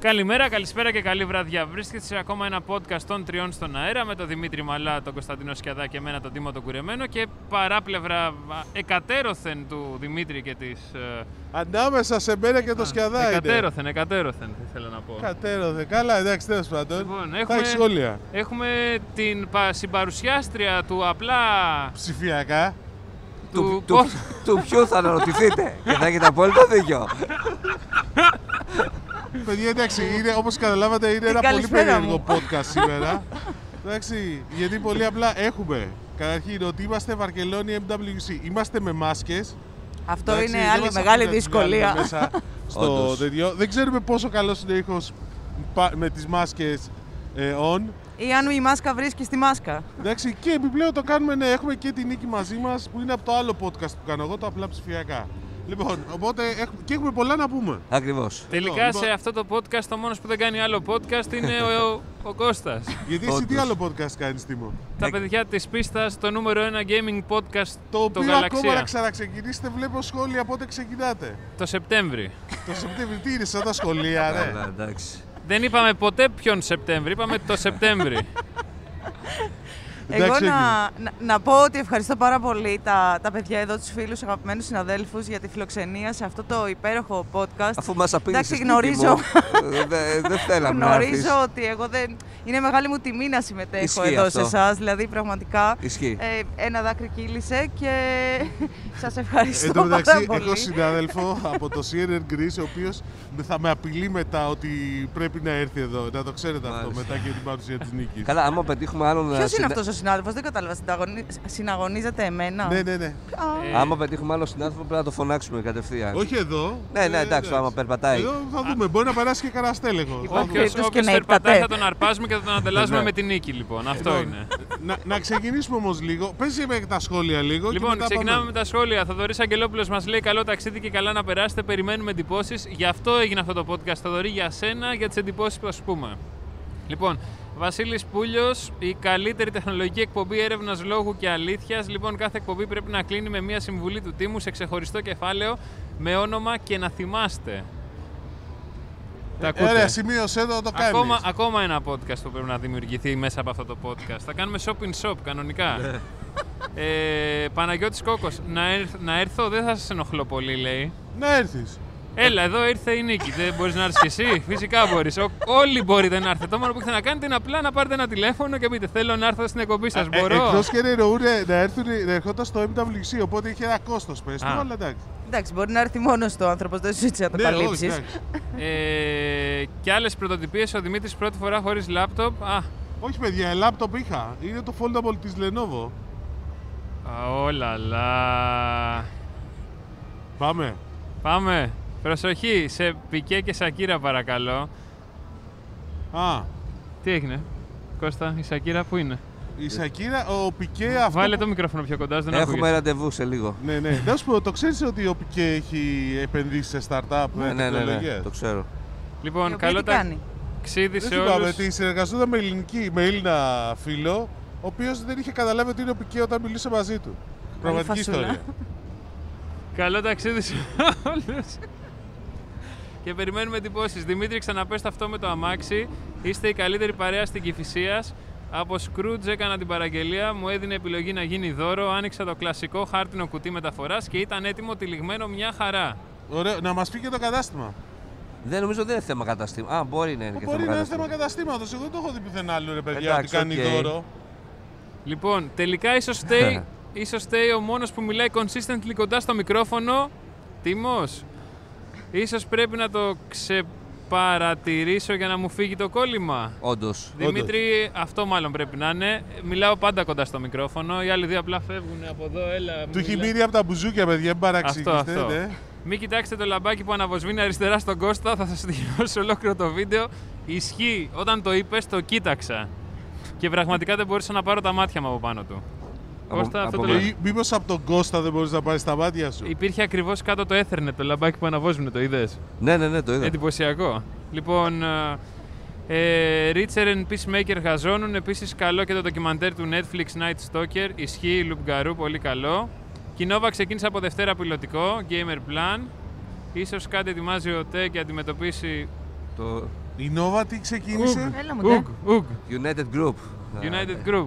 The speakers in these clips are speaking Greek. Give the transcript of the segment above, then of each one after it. Καλημέρα, καλησπέρα και καλή βραδιά. Βρίσκεστε σε ακόμα ένα podcast των τριών στον αέρα με τον Δημήτρη Μαλά, τον Κωνσταντινό Σκιαδά και εμένα τον Τίμο τον Κουρεμένο και παράπλευρα εκατέρωθεν του Δημήτρη και της. Ανάμεσα σε μένα και το σκιαδά είναι. Εκατέρωθεν, εκατέρωθεν, θέλω να πω. Κατέρωθε. Καλά, εντάξει, τέλος πάντων. Λοιπόν, Τα έχουμε- έχεις σχόλια. Έχουμε την πα- συμπαρουσιάστρια του απλά. Λοιπόν, Ψηφιακά. του. του, του ποιου θα αναρωτηθείτε και θα έχετε απόλυτο δίκιο. Παιδιά, εντάξει, είναι, όπως καταλάβατε, είναι ένα πολύ καλησπέρα περίεργο μου. podcast σήμερα. εντάξει, γιατί πολύ απλά έχουμε. Καταρχήν, ότι είμαστε Βαρκελόνη MWC. Είμαστε με μάσκες. Αυτό Εντάξει, είναι δεν άλλη μας μεγάλη αφήνει να την βγάλουμε δυσκολία. μέσα στο Όντως. τέτοιο. Δεν ξέρουμε πόσο καλός είναι ο ήχος πα- με τις μάσκες ε, on. Ή αν η μάσκα βρίσκει στη μάσκα. Εντάξει, και επιπλέον το κάνουμε, ναι, έχουμε και τη νίκη μαζί μας που είναι από το άλλο podcast που κάνω εγώ, το απλά ψηφιακά. Λοιπόν, οπότε έχουμε, και έχουμε πολλά να πούμε. Ακριβώς. Τελικά Λοιπόν, σε αυτό το podcast το μόνος που δεν κάνει άλλο podcast είναι ο, ο, ο Κώστας. Γιατί εσύ τι Όντως. άλλο podcast κάνεις, Τίμω. Τα Ε, παιδιά της πίστας, το νούμερο 1 gaming podcast Το το οποίο ακόμα Γαλαξία. να ξαναξεκινήσετε, βλέπω σχόλια από όταν ξεκινάτε. Το Σεπτέμβρη. το Σεπτέμβρη, τι είναι, σαν τα σχολεία, ναι. ρε. Καλά, εντάξει. Δεν είπαμε ποτέ ποιον Σεπτέμβρη, είπαμε το Σεπτέμβρη. Εγώ έγινε. να, να, να πω ότι ευχαριστώ πάρα πολύ τα, τα παιδιά εδώ, τους φίλους, αγαπημένους συναδέλφους για τη φιλοξενία σε αυτό το υπέροχο podcast. Αφού μας απήγησε. Εντάξει, γνωρίζω, ε, Δεν θέλαμε να έρθεις. γνωρίζω ότι εγώ δεν... Είναι μεγάλη μου τιμή να συμμετέχω Ισχύει εδώ αυτό. σε εσάς, δηλαδή πραγματικά. Ισχύει. Ε, ένα δάκρυ κύλησε και σας ευχαριστώ Εν τω πάρα μεταξύ, πολύ. έχω συνάδελφο από το CNN Greece, ο οποίος θα με απειλεί μετά ότι πρέπει να έρθει εδώ. Να το ξέρετε αυτό Μάλιστα. μετά και την παρουσία της νίκης. Καλά, άμα πετύχουμε άλλον. Ποιος είναι συντα- αυτός ο συνάδελφος, δεν κατάλαβα, συνταγωνι- συναγωνίζεται εμένα. Ναι, ναι, ναι. Α. Ε, Άμα πετύχουμε άλλον συνάδελφο, πρέπει να το φωνάξουμε κατευθείαν. Όχι εδώ. Ναι, ναι, Ε, εντάξει, άμα περπατάει. Εδώ θα δούμε. Μπορεί να περάσει και κανένα στέλεχο. Θα Υπάρχει δούμε. Όποιος, Όποιος και όποιος να περπατάει θα ήρθατε. τον αρπάζουμε και θα τον ανταλλάσσουμε Ναι. με την νίκη λοιπόν. Αυτό Λοιπόν, είναι. να, να ξεκινήσουμε όμως λίγο. Πες με τα σχόλια λίγο. και Λοιπόν, μετά ξεκινάμε πάμε. με τα σχόλια. Θοδωρής Αγγελόπουλος μας λέει: Καλό ταξίδι και καλά να περάσετε. Περιμένουμε εντυπώσεις. Γι' αυτό έγινε αυτό το podcast. Θοδωρή, για σένα, για τις εντυπώσεις που θα σου πούμε. Λοιπόν, Βασίλης Πούλιος, η καλύτερη τεχνολογική εκπομπή έρευνας λόγου και αλήθειας. Λοιπόν, κάθε εκπομπή πρέπει να κλείνει με μια συμβουλή του τίμου σε ξεχωριστό κεφάλαιο με όνομα και να θυμάστε. Τα ακούτε. Ωραία, σημείωσε Ε, εδώ το κάνεις. Ακόμα, ακόμα ένα podcast που πρέπει να δημιουργηθεί μέσα από αυτό το podcast. Θα κάνουμε shop in shop κανονικά. ε, Παναγιώτης Κόκος, να, έρθ- να έρθω δεν θα σας ενοχλώ πολύ λέει. Να έρθεις. Έλα, εδώ ήρθε η Νίκη. Δεν μπορείς να έρθεις κι εσύ. Φυσικά μπορείς. Όλοι μπορείτε να έρθετε. Το μόνο που έχετε να κάνετε είναι απλά να πάρετε ένα τηλέφωνο και πείτε: Θέλω να έρθω στην εκπομπή σας. Ε, Μπορώ. Εκτός και να εννοούν να έρθουν να ερχόταν στο MWC, οπότε είχε ένα κόστος πες του, Α. αλλά εντάξει. Εντάξει, μπορεί να έρθει μόνος του άνθρωπος, δεν σου έτσι να το καλύψει. Ναι, εντάξει. ε, και άλλες πρωτοτυπίες. Ο Δημήτρης πρώτη φορά χωρίς λάπτοπ. Α, Όχι, παιδιά, λάπτοπ είχα. Είναι το foldable της Lenovo. α, όλα, λα. Πάμε. Πάμε. Προσοχή σε Πικέ και Σακύρα παρακαλώ. Α, Τι έγινε, Κώστα, η Σακύρα που είναι. η Σακύρα, ο Πικέ αυτό. Βάλε που- το μικρόφωνο πιο κοντά, σου, δεν Έχουμε ακούγεσαι. ραντεβού σε λίγο. Ναι, ναι. Να σου πω, το ξέρεις ότι ο Πικέ έχει επενδύσει σε startup ε, Ναι, ναι, ναι, ναι, τεχνολογίας? το ξέρω. Η Λοιπόν, οποία καλό τι κάνει. ταξίδι Δεν σε θυμάμαι, όλους. ότι συνεργαζόταν με, ελληνική, με Έλληνα φίλο, ο οποίος δεν είχε καταλάβει ότι είναι ο Πικέ όταν μιλούσε μαζί του. Πραγματική φασούλα. ιστορία. Καλό ταξίδι σε όλους. και περιμένουμε εντυπώσεις. Δημήτρη, ξαναπέστε αυτό με το αμάξι. Είστε η καλύτερη παρέα στην Κυφυσίας. Από Σκρούτζ έκανα την παραγγελία, μου έδινε επιλογή να γίνει δώρο. Άνοιξα το κλασικό χάρτινο κουτί μεταφοράς και ήταν έτοιμο τυλιγμένο μια χαρά. Ωραίο. Να μας πει και το κατάστημα. Δεν νομίζω δεν είναι θέμα καταστήμα. Α, μπορεί να είναι και Μπορεί να είναι θέμα θέμα καταστήμα. καταστήματος. Εγώ δεν το έχω δει πουθενά άλλο, ρε παιδιά, ότι Εντάξει, κάνει οκ. δώρο. Λοιπόν, τελικά ίσως στέει, ίσως στέει ο μόνος που μιλάει consistently κοντά στο μικρόφωνο, Τιμός. Ίσως πρέπει να το ξεπαρατηρήσω για να μου φύγει το κόλλημα. Όντως. Δημήτρη, αυτό μάλλον πρέπει να είναι. Μιλάω πάντα κοντά στο μικρόφωνο. Οι άλλοι δύο απλά φεύγουν από εδώ. Έλα, Του έχει Ναι. μιλά- μείνει από τα μπουζούκια, παιδιά, μην Αυτό, παραξηγήσετε. αυτό. ναι. Μην κοιτάξετε το λαμπάκι που αναβοσβήνει αριστερά στον Κώστα. Θα σας τελειώσω ολόκληρο το βίντεο. Ισχύει. Όταν το είπες, το κοίταξα. Και πραγματικά δεν μπορούσα να πάρω τα μάτια μου από πάνω του. Από- Κώστα, αυτό από το μένα. λέω. Μήπως από τον Κώστα δεν μπορείς να πάρεις τα μάτια σου. Υπήρχε ακριβώς κάτω το Ethernet, το λαμπάκι που αναβόζουνε, το είδες. Ναι, ναι, ναι, το Ε, είδα. Εντυπωσιακό. Λοιπόν, ε, Richard and Peacemaker γαζώνουν. Επίσης, καλό και το ντοκιμαντέρ του Netflix Night Stalker. Ισχύει, Λουμγκαρού, πολύ καλό. Κοινόβα ξεκίνησε από Δευτέρα πιλωτικό, Gamer Plan. Ίσως κάτι ετοιμάζει ο ΤΕ και αντιμετωπίσει Το... Η Νόβα τι ξεκίνησε, Έλα μου, ναι. ντε. Ουγ, ουγ. United Group. Ε, United Group.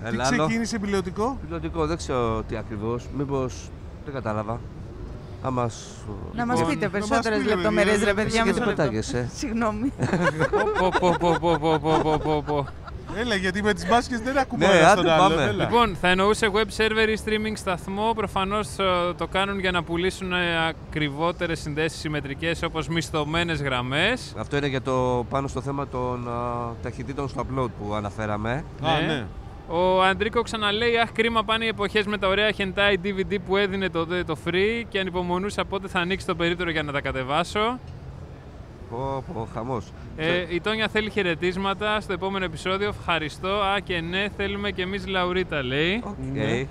τι Ελλάδα. ξεκίνησε πιλωτικό. Πιλωτικό, δεν ξέρω τι ακριβώς. Μήπως δεν κατάλαβα. Άμα σου. Να μας Λοιπόν, πείτε να μας περισσότερες πείτε, λεπτομέρειε, παιδιά, ρε παιδιά, Εσύ με γιατί πετάγεσαι. Συγγνώμη. Πω, πω, πω, πω, πω, πω, πω, πω, πω. Έλα, γιατί με τις μπάσκες δεν ακούμε Ναι, ένα στον άντε, άλλον. πάμε. έλα. Λοιπόν, θα εννοούσε web server ή streaming σταθμό. Προφανώς το κάνουν για να πουλήσουν ε, ακριβότερες συνδέσεις συμμετρικές όπως μισθωμένες γραμμές. Αυτό είναι για το πάνω στο θέμα των α, ταχυτήτων στο upload που αναφέραμε. Α, ναι. Ο Αντρίκο ξαναλέει: Αχ, κρίμα πάνε οι εποχές με τα ωραία hentai DVD που έδινε τότε το free και ανυπομονούσα πότε θα ανοίξει το περίπτερο για να τα κατεβάσω. Πω, πω, χαμός. Ε, Ναι. η Τόνια θέλει χαιρετίσματα στο επόμενο επεισόδιο. Ευχαριστώ. Α, και ναι, θέλουμε και εμείς Λαουρίτα, λέει. Οκ. ναι.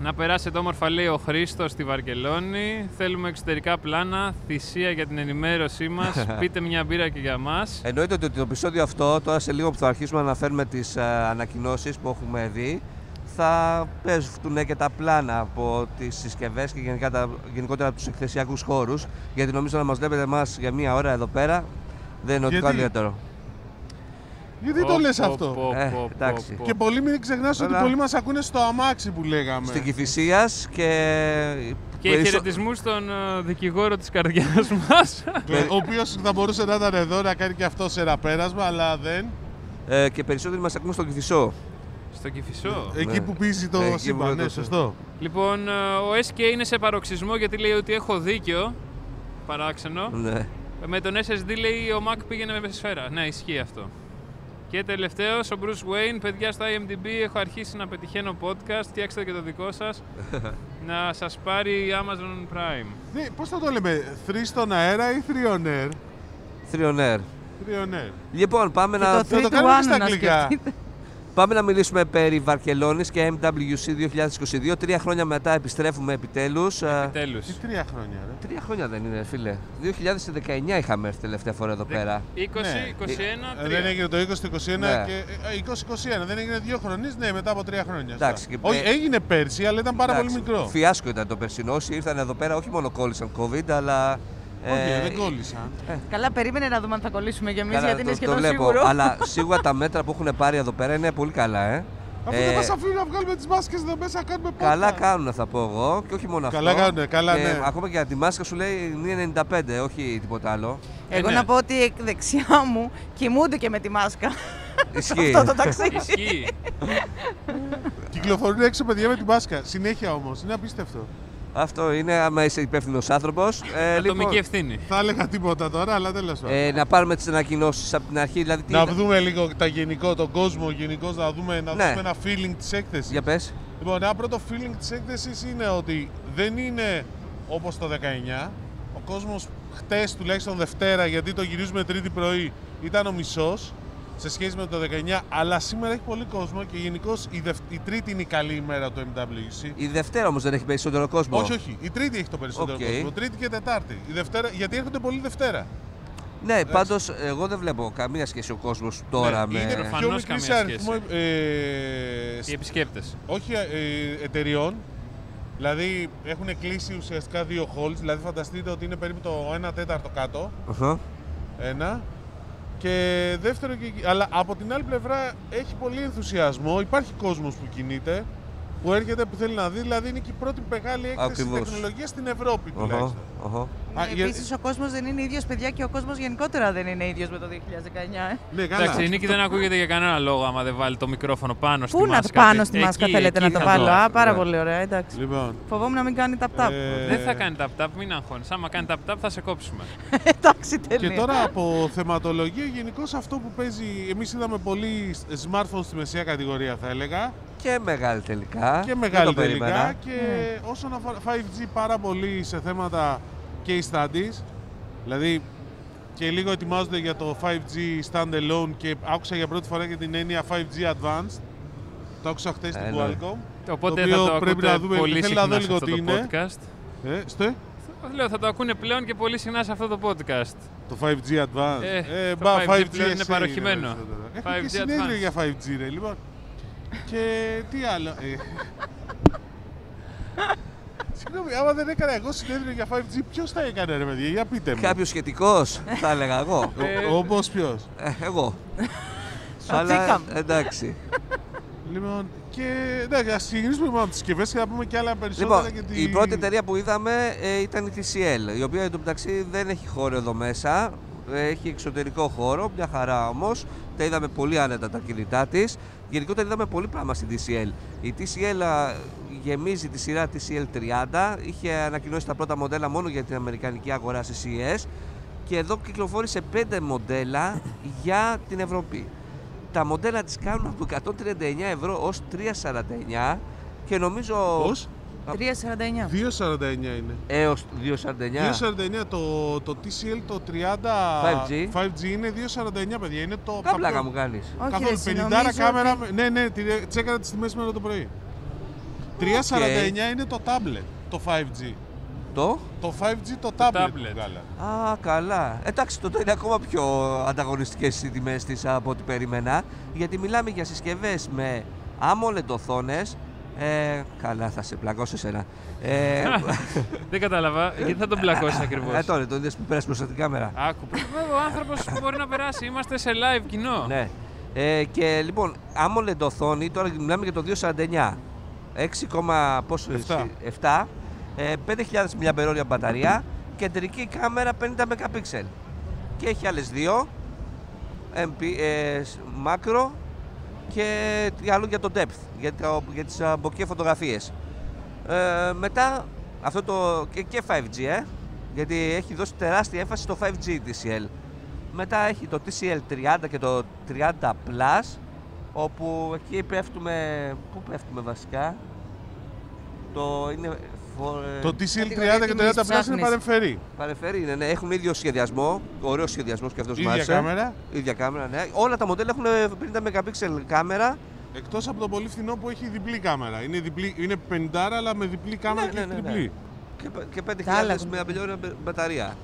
Να περάσετε όμορφα, λέει ο Χρήστος στη Βαρκελόνη. Θέλουμε εξωτερικά πλάνα, θυσία για την ενημέρωσή μας. Πείτε μια μπύρα και για μας. Εννοείται ότι το επεισόδιο αυτό, τώρα σε λίγο που θα αρχίσουμε να αναφέρουμε τις ε, ανακοινώσεις που έχουμε δει, θα πέφτουν και τα πλάνα από τις συσκευές και γενικά τα, γενικότερα από τους εκθεσιακούς χώρους, γιατί νομίζω να μας βλέπετε εμάς για μία ώρα εδώ πέρα, δεν είναι ότι Γιατί? κάτι ιδιαίτερο. Γιατί το λες αυτό. Ε, εντάξει. Και πολλοί μην ξεχνάς ότι Έλα. πολλοί μας ακούνε στο αμάξι που λέγαμε. Στην Κηφισίας και... Και περισσο- χαιρετισμούς στον ε, δικηγόρο της καρδιάς μας. Ε, Ο οποίος θα μπορούσε να ήταν εδώ να κάνει και αυτό σε ένα πέρασμα, αλλά δεν. ε, και περισσότεροι μας ακούν στον Κηφισό. Στο κυφισό. Εκεί που πίζει Ναι. Εκεί το που σύμπαν, ναι, το- σωστό. Λοιπόν, ε, ο SK είναι σε παροξισμό γιατί λέει ότι έχω δίκιο. Παράξενο. Ναι. Με τον SSD λέει ο Mac πήγαινε με σφαίρα. Ναι, ισχύει αυτό. Και τελευταίος, ο Bruce Wayne. Παιδιά στο IMDb, έχω αρχίσει να πετυχαίνω podcast. Φτιάξτε και το δικό σας. να σας πάρει η Amazon Prime. Ναι, πώς θα το λέμε, θρή στον αέρα ή θριονέρ. Thrion Air. Θριονέρ. Λοιπόν, πάμε Και το να, Θα το Three to κάνουμε one στα να αγγλικά. σκεφτείτε. πάμε να μιλήσουμε περί Βαρκελόνης και MWC 2022. Τρία χρόνια μετά επιστρέφουμε επιτέλους. ε, Τέλου. Τι Ναι. τρία χρόνια, ρε. Τρία χρόνια δεν είναι, φίλε. 2019 είχαμε έρθει τελευταία φορά εδώ πέρα. 20, 21, Ναι. 3. Ε, Δεν έγινε το 20, το 21 Ναι. και. ε, ε, 20-21, δεν έγινε δύο χρονίε, ναι, μετά από τρία χρόνια. σωστά. Εντάξει, και Όχι, πε- έγινε πέρσι, αλλά ήταν πάρα πολύ Εντάξει, μικρό. Φιάσκο ήταν το περσινό. Όσοι ήρθαν εδώ πέρα, όχι μόνο κόλλησαν COVID, αλλά. ε, Όχι, δεν κόλλησαν. Καλά, περίμενε να δούμε αν θα κολλήσουμε κι εμείς, καλά, γιατί είναι το- το σχεδόν βλέπω. σίγουρο. Αλλά σίγουρα τα μέτρα που έχουν πάρει εδώ πέρα είναι πολύ καλά, ε. Αφού Ε, δεν μας αφήνουν να βγάλουμε τις μάσκες εδώ μέσα, να κάνουμε πόρτα. Καλά κάνουν, θα πω εγώ. Και όχι μόνο Καλά αυτό. κάνουνε, καλά, Και ναι. Ακόμα και για τη μάσκα σου λέει 95, όχι τίποτα άλλο. Εγώ ναι. να πω ότι εκ δεξιά μου κοιμούνται και με τη μάσκα. Ισχύει. Αυτό το ταξίδι. Ισχύει. Κυκλοφορούν έξω παιδιά με την μάσκα. Συνέχεια όμως, είναι απίστευτο. Αυτό είναι άμα είσαι υπεύθυνος άνθρωπος. Ε, Ατομική λοιπόν, ευθύνη. Θα έλεγα τίποτα τώρα, αλλά τέλος πάντων. ε, να πάρουμε τις ανακοινώσεις από την αρχή. Δηλαδή, τι Να ήταν- δούμε λίγο τα γενικό, τον κόσμο γενικώ, να δούμε, να Ναι. δούμε ένα feeling της έκθεσης. Για πες. Λοιπόν, ένα πρώτο feeling της έκθεσης είναι ότι δεν είναι όπως το 19. Ο κόσμος χτες, τουλάχιστον Δευτέρα, γιατί το γυρίζουμε Τρίτη πρωί, ήταν ο μισός σε σχέση με το 19, αλλά σήμερα έχει πολύ κόσμο και γενικώς η, δευ- η Τρίτη είναι η καλή ημέρα του MWC. Η Δευτέρα όμως δεν έχει περισσότερο κόσμο. Όχι, όχι. Η Τρίτη έχει το περισσότερο Οκ. κόσμο. Τρίτη και Τετάρτη. Η Δευτέρα, γιατί έρχονται πολύ Δευτέρα. Ναι, πάντως εγώ δεν βλέπω καμία σχέση ο κόσμος τώρα Ναι, με. Είναι πιο Προφανώς μικρή σε καμία αριθμό ε, Οι επισκέπτες. όχι ε, εταιριών. Δηλαδή έχουν κλείσει ουσιαστικά δύο halls. Δηλαδή φανταστείτε ότι είναι περίπου το 1 τέταρτο κάτω. Αχα. Ένα. Και δεύτερο, και- αλλά από την άλλη πλευρά έχει πολύ ενθουσιασμό. Υπάρχει κόσμος που κινείται, που έρχεται, που θέλει να δει. Δηλαδή είναι και η πρώτη μεγάλη έκθεση Ακριβώς. τεχνολογίας στην Ευρώπη Αχα, τουλάχιστον. αχα. Α, για- Επίσης, ο κόσμος δεν είναι ίδιος, παιδιά, και ο κόσμος γενικότερα δεν είναι ίδιος με το 2019. ε. Ναι, καλά. Εντάξει, η νίκη δεν ακούγεται για κανένα λόγο άμα δεν βάλει το μικρόφωνο πάνω στη Πού να μάσκα. πάνω της. στη μάσκα Εκεί, θέλετε εκεί να θα το βάλω. Α, πάρα Ναι. πολύ ωραία, εντάξει. Λοιπόν. Φοβόμουν να μην κάνει tap-tap. ε, Δεν θα κάνει tap-tap, μην αγχώνεις. Άμα κάνει tap-tap θα σε κόψουμε. Εντάξει, Και Ε, τελείω. ναι. τώρα από θεματολογία, γενικώς αυτό που παίζει, εμείς είδαμε πολύ smartphone στη μεσαία κατηγορία, θα έλεγα. Και μεγάλη τελικά. Και Δεν μεγάλη το περίμενα. Ναι. τελικά. Και όσον αφορά 5G, πάρα πολύ σε θέματα case studies. Δηλαδή και λίγο ετοιμάζονται για το 5G standalone και άκουσα για πρώτη φορά και την έννοια 5G advanced. Το άκουσα χθε στην Έλα. Qualcomm. Οπότε το θα οποίο το πρέπει ακούτε να δούμε. πολύ Θέλω να συχνά σε δω λίγο αυτό τι το είναι. podcast. Ε, στο, Λέω, θα το ακούνε πλέον και πολύ συχνά σε αυτό το podcast. το 5G advanced. Ε, το μπα, 5G πλέον είναι SE παροχημένο. περισσότερο. Έχουμε 5G και συνέδριο advanced. για 5G ρε, λοιπόν. Και τι άλλο. ε, Συγγνώμη, άμα δεν έκανα εγώ συνέδριο για 5G, ποιος θα έκανε ρε παιδιά, για πείτε μου. Κάποιος σχετικός, θα έλεγα εγώ. Ε, Όπως ποιος. Ε, εγώ. Ο Τσίκαμ. εντάξει. Λοιπόν, και εντάξει, ας συγκρίνουμε μόνο τις συσκευές και θα πούμε και άλλα περισσότερα. Λοιπόν, για τη- η πρώτη εταιρεία που είδαμε ε, ήταν η TCL, η οποία εντωμεταξύ δεν έχει χώρο εδώ μέσα. ε, Έχει εξωτερικό χώρο, μια χαρά όμως. Τα είδαμε πολύ άνετα τα κινητά της. Γενικότερα είδαμε πολύ πράγμα στην TCL. Η TCL α, γεμίζει τη σειρά TCL 30. Είχε ανακοινώσει τα πρώτα μοντέλα μόνο για την αμερικανική αγορά στη CES. Και εδώ κυκλοφόρησε 5 μοντέλα για την Ευρωπή. Τα μοντέλα της κάνουν από 139 ευρώ ως 349 και νομίζω... Πώς? 3,49. 2,49 είναι. έως 2,49. 2,49 το, το TCL το 30 5G. 5G είναι 2,49 παιδιά. Είναι το. Κα πλάκα μου κάνεις. Όχι, Καθόλου ρε, 50 νομίζω κάμερα. ότι- με- Ναι, ναι, τη- τσέκαρα τις τιμές σήμερα το πρωί. 3,49 είναι το tablet το 5G. Το. Το 5G το tablet. tablet. που βγάλανε. Α, καλά. Εντάξει, τότε είναι ακόμα πιο ανταγωνιστικές οι τιμές της από ό,τι περίμενα. Γιατί μιλάμε για συσκευές με AMOLED οθόνες. Ε, καλά, θα σε πλακώσω εσένα. Ε, Δεν κατάλαβα. Γιατί θα τον πλακώσεις ακριβώς. ε, τώρα, το είδες που πέρασε μπροστά την κάμερα. Άκου. Βέβαια, ο άνθρωπος μπορεί να περάσει. Είμαστε σε live κοινό. Ναι. Ε, και λοιπόν, AMOLED οθόνη, τώρα μιλάμε για το 249. 6, πόσο Εφτά. εσύ, 7. Ε, 5.000 mAh μπαταρία. Κεντρική κάμερα 50 MP. Και έχει άλλες δύο. MP, ε, σ- μάκρο και τι άλλο για το depth, για, τα, για τις α, μποκέ φωτογραφίες. Ε, μετά αυτό το και, και 5G, ε, γιατί έχει δώσει τεράστια έμφαση στο 5G TCL. Μετά έχει το TCL 30 και το 30 Plus, όπου εκεί πέφτουμε, πού πέφτουμε βασικά, το είναι... φο- ε, Το TCL 30 Κατηγορία και το τιμής 30 Plus είναι ψάχνεις. παρεμφερή. Παρεφέρει, είναι, ναι, έχουν ίδιο σχεδιασμό, ωραίο σχεδιασμό και αυτός Ίδια μάλιστα. κάμερα. Ίδια κάμερα, ναι. Όλα τα μοντέλα έχουν ε, 50 MP κάμερα. Εκτός από το πολύ φθηνό που έχει διπλή κάμερα. Είναι, διπλή, είναι 50 αλλά με διπλή κάμερα Ναι, και ναι, έχει ναι, ναι. διπλή. Και, πα- και 5.000 Τα άλλα. με απελιόρια μπαταρία.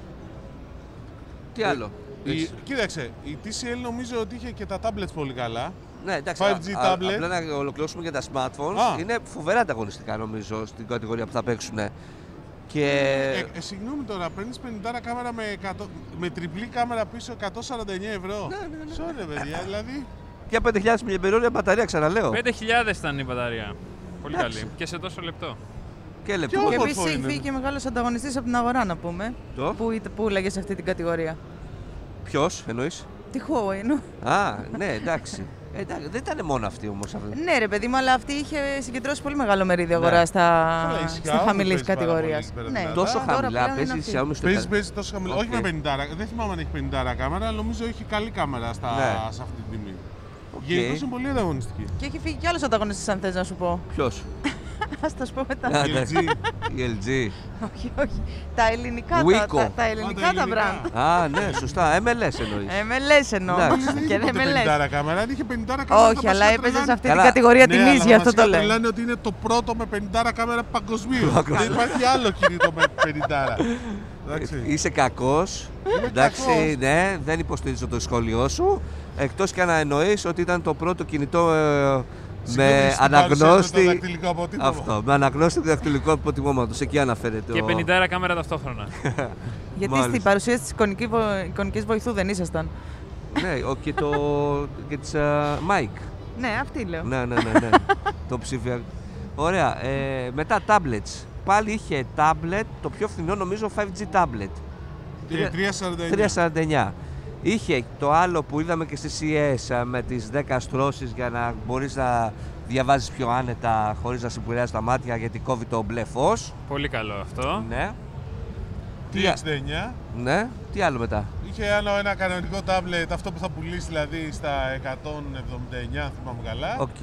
Τι άλλο. Ε, Η- έχεις? κοίταξε, η TCL νομίζω ότι είχε και τα tablets πολύ καλά. Ναι, εντάξει, 5G α- α- tablet. απλά να ολοκληρώσουμε για τα smartphones. Α. Είναι φοβερά ανταγωνιστικά νομίζω στην κατηγορία που θα παίξουν. Και Ε, ε, συγγνώμη τώρα, παίρνεις 50 κάμερα με, 100 με τριπλή κάμερα πίσω 149 ευρώ. Ναι, ναι, ναι. Sorry, παιδιά, δηλαδή. για 5.000 mAh μπαταρία ξαναλέω. 5.000 ήταν η μπαταρία. Πολύ Εντάξει. καλή. Και σε τόσο λεπτό. Και Και λεπτό. όμορφο Και είναι. επίση ήρθε και μεγάλος ανταγωνιστής από την αγορά, να πούμε. Το? Που, είτε- που λέγε σε αυτή την κατηγορία. Ποιος εννοείς. Τη Huawei, νου. Α, ναι, εντάξει. Ε, εντάξει, δεν ήταν μόνο αυτή όμως αυτή. Ναι, ρε παιδί μου, αλλά αυτή είχε συγκεντρώσει πολύ μεγάλο μερίδιο Ναι. αγορά στα, Καλά, η Xiaomi στα Ναι, χαμηλής παίζει πάρα κατηγορία. πολύ εκεί πέρα δυνατά. Τόσο τώρα χαμηλά παίζει η Xiaomi στο Παίζει, τέλο. παίζεις τόσο χαμηλά. Οκ. Όχι με 50. Δεν θυμάμαι αν έχει 50 κάμερα, αλλά νομίζω έχει καλή κάμερα στα, Ναι. σε αυτή την τιμή. Οκ. Γενικώς είναι πολύ ανταγωνιστική. Και έχει φύγει κι άλλος ανταγωνιστής, αν θες να σου πω. Ποιος. Α τα σου πω μετά. Α, Η ναι. LG. Η LG. όχι, όχι. Τα ελληνικά τα, Wiko. τα, τα Α, ελληνικά τα τα ελληνικά. brand. Α, ναι, σωστά. MLS εννοείς. Ε, με λε εννοώ. Εντάξει. Δεν Και είχε δεν ποτέ με λε. 50 κάμερα. Αν είχε 50 κάμερα. Όχι, αλλά έπαιζε σε αυτή την Καλά. κατηγορία Ναι, τιμή, γι' αυτό το λέω. λέω. Λένε ότι είναι το πρώτο με 50 κάμερα παγκοσμίω. Παγκοσμίω. Δεν υπάρχει άλλο κινητό με 50. Ε, Εντάξει. Είσαι κακός. Εντάξει, κακός. ναι, δεν υποστηρίζω το σχόλιο σου. Εκτός και αν εννοεί ότι ήταν το πρώτο κινητό ε, Συγγνώμη, με στην παρουσίαση με το αναγνώστη. δακτυλικό αποτύπωμα. Αυτό, με αναγνώστη δακτυλικό αποτυπώματο. Εκεί αναφέρεται. Και ο- 50 κάμερα ταυτόχρονα. Γιατί Μάλιστα. στην παρουσίαση της εικονική βοηθού δεν ήσασταν. Ναι, ο- και το. και ε, τη Μάικ. Ναι, αυτή λέω. Ναι, ναι, ναι. ναι. το ψηφιακό. Ωραία. Ε, μετά tablets. Πάλι είχε tablet, το πιο φθηνό νομίζω 5G tablet. Ε, 3,49. 3,49. Είχε το άλλο που είδαμε και στη CS α, ε, με τις 10 στρώσεις για να μπορείς να διαβάζεις πιο άνετα χωρίς να σε επηρεάζει τα μάτια γιατί κόβει το μπλε φως. Πολύ καλό αυτό. Ναι. 3,69. Ναι. Τι άλλο μετά. Είχε άλλο ένα κανονικό τάμπλετ, αυτό που θα πουλήσεις δηλαδή στα 179, αν θυμάμαι καλά. Οκ.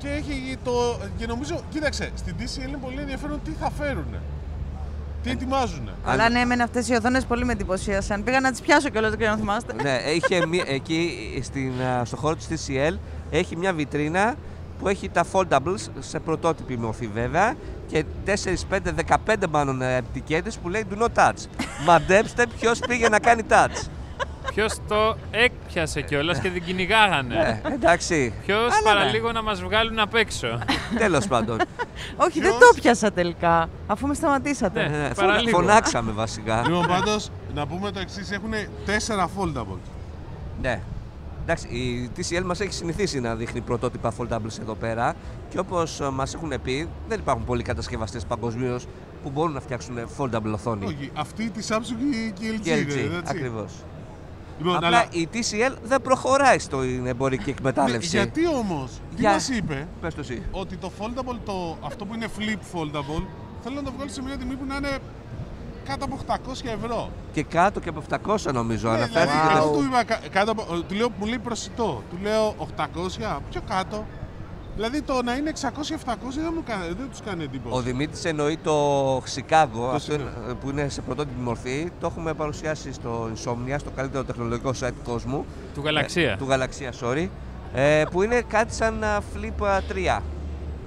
Και έχει το. Και νομίζω, κοίταξε, στην TCL είναι πολύ ενδιαφέρον τι θα φέρουν. Τι ετοιμάζουν. Αλλά ναι, εμένα αυτές οι οθόνες πολύ με εντυπωσίασαν. Πήγα να τις πιάσω κιόλας, δεν ξέρω αν θυμάστε. ναι, είχε μία- εκεί στην, α, στο χώρο της TCL έχει μια βιτρίνα που έχει τα foldables σε πρωτότυπη μορφή βέβαια και 4, 5, 15 μάλλον ε, ετικέτες που λέει do not touch. Μαντέψτε ποιος πήγε να κάνει touch. Ποιος το έκπιασε κιόλας και την κυνηγάγανε. Ε, εντάξει. Ποιος Αλλά ναι. Ε, παραλίγο να μας βγάλουν απ' έξω. Τέλος πάντων. Όχι, δεν Ποιος? το πιάσα τελικά, αφού με σταματήσατε. Ναι. Ε, παραλίγο. Ναι. Φωνάξαμε βασικά. Λοιπόν, πάντως να πούμε το εξής: έχουν τέσσερα foldable. Ναι. Εντάξει, η TCL μας έχει συνηθίσει να δείχνει πρωτότυπα foldables εδώ πέρα και όπως ε, μας έχουν πει, δεν υπάρχουν πολλοί κατασκευαστές παγκοσμίως που μπορούν να φτιάξουν foldable οθόνη. Όχι, αυτή τη Samsung και η LG. Και είναι, LG, εντάξει. ακριβώς. Λοιπόν, Απλά αλλά- η TCL δεν προχωράει στην εμπορική Ναι, εκμετάλλευση. γιατί όμως, τι Για- μας είπε, Πες το εσύ. ότι το foldable, το, αυτό που είναι flip foldable, θέλω να το βγάλει σε μια τιμή που να είναι κάτω από 800 ευρώ. Και κάτω και από 700 νομίζω Ναι, δηλαδή, αναφέρθηκε. εγώ το- του, είπα, κα- κάτω, από- ε, του λέω, μου λέει προσιτό, του λέω 800, πιο κάτω. Δηλαδή το να είναι 600-700 δεν, μου κα- δεν τους κάνει εντύπωση. Ο Δημήτρης εννοεί το Chicago, Chicago. αυτό είναι- που είναι σε πρωτότυπη μορφη. Το έχουμε παρουσιάσει στο Insomnia, στο καλύτερο τεχνολογικό site του κόσμου. Του Γαλαξία. Ε, του Γαλαξία, sorry. Ε, που είναι κάτι σαν α, Flip α, 3.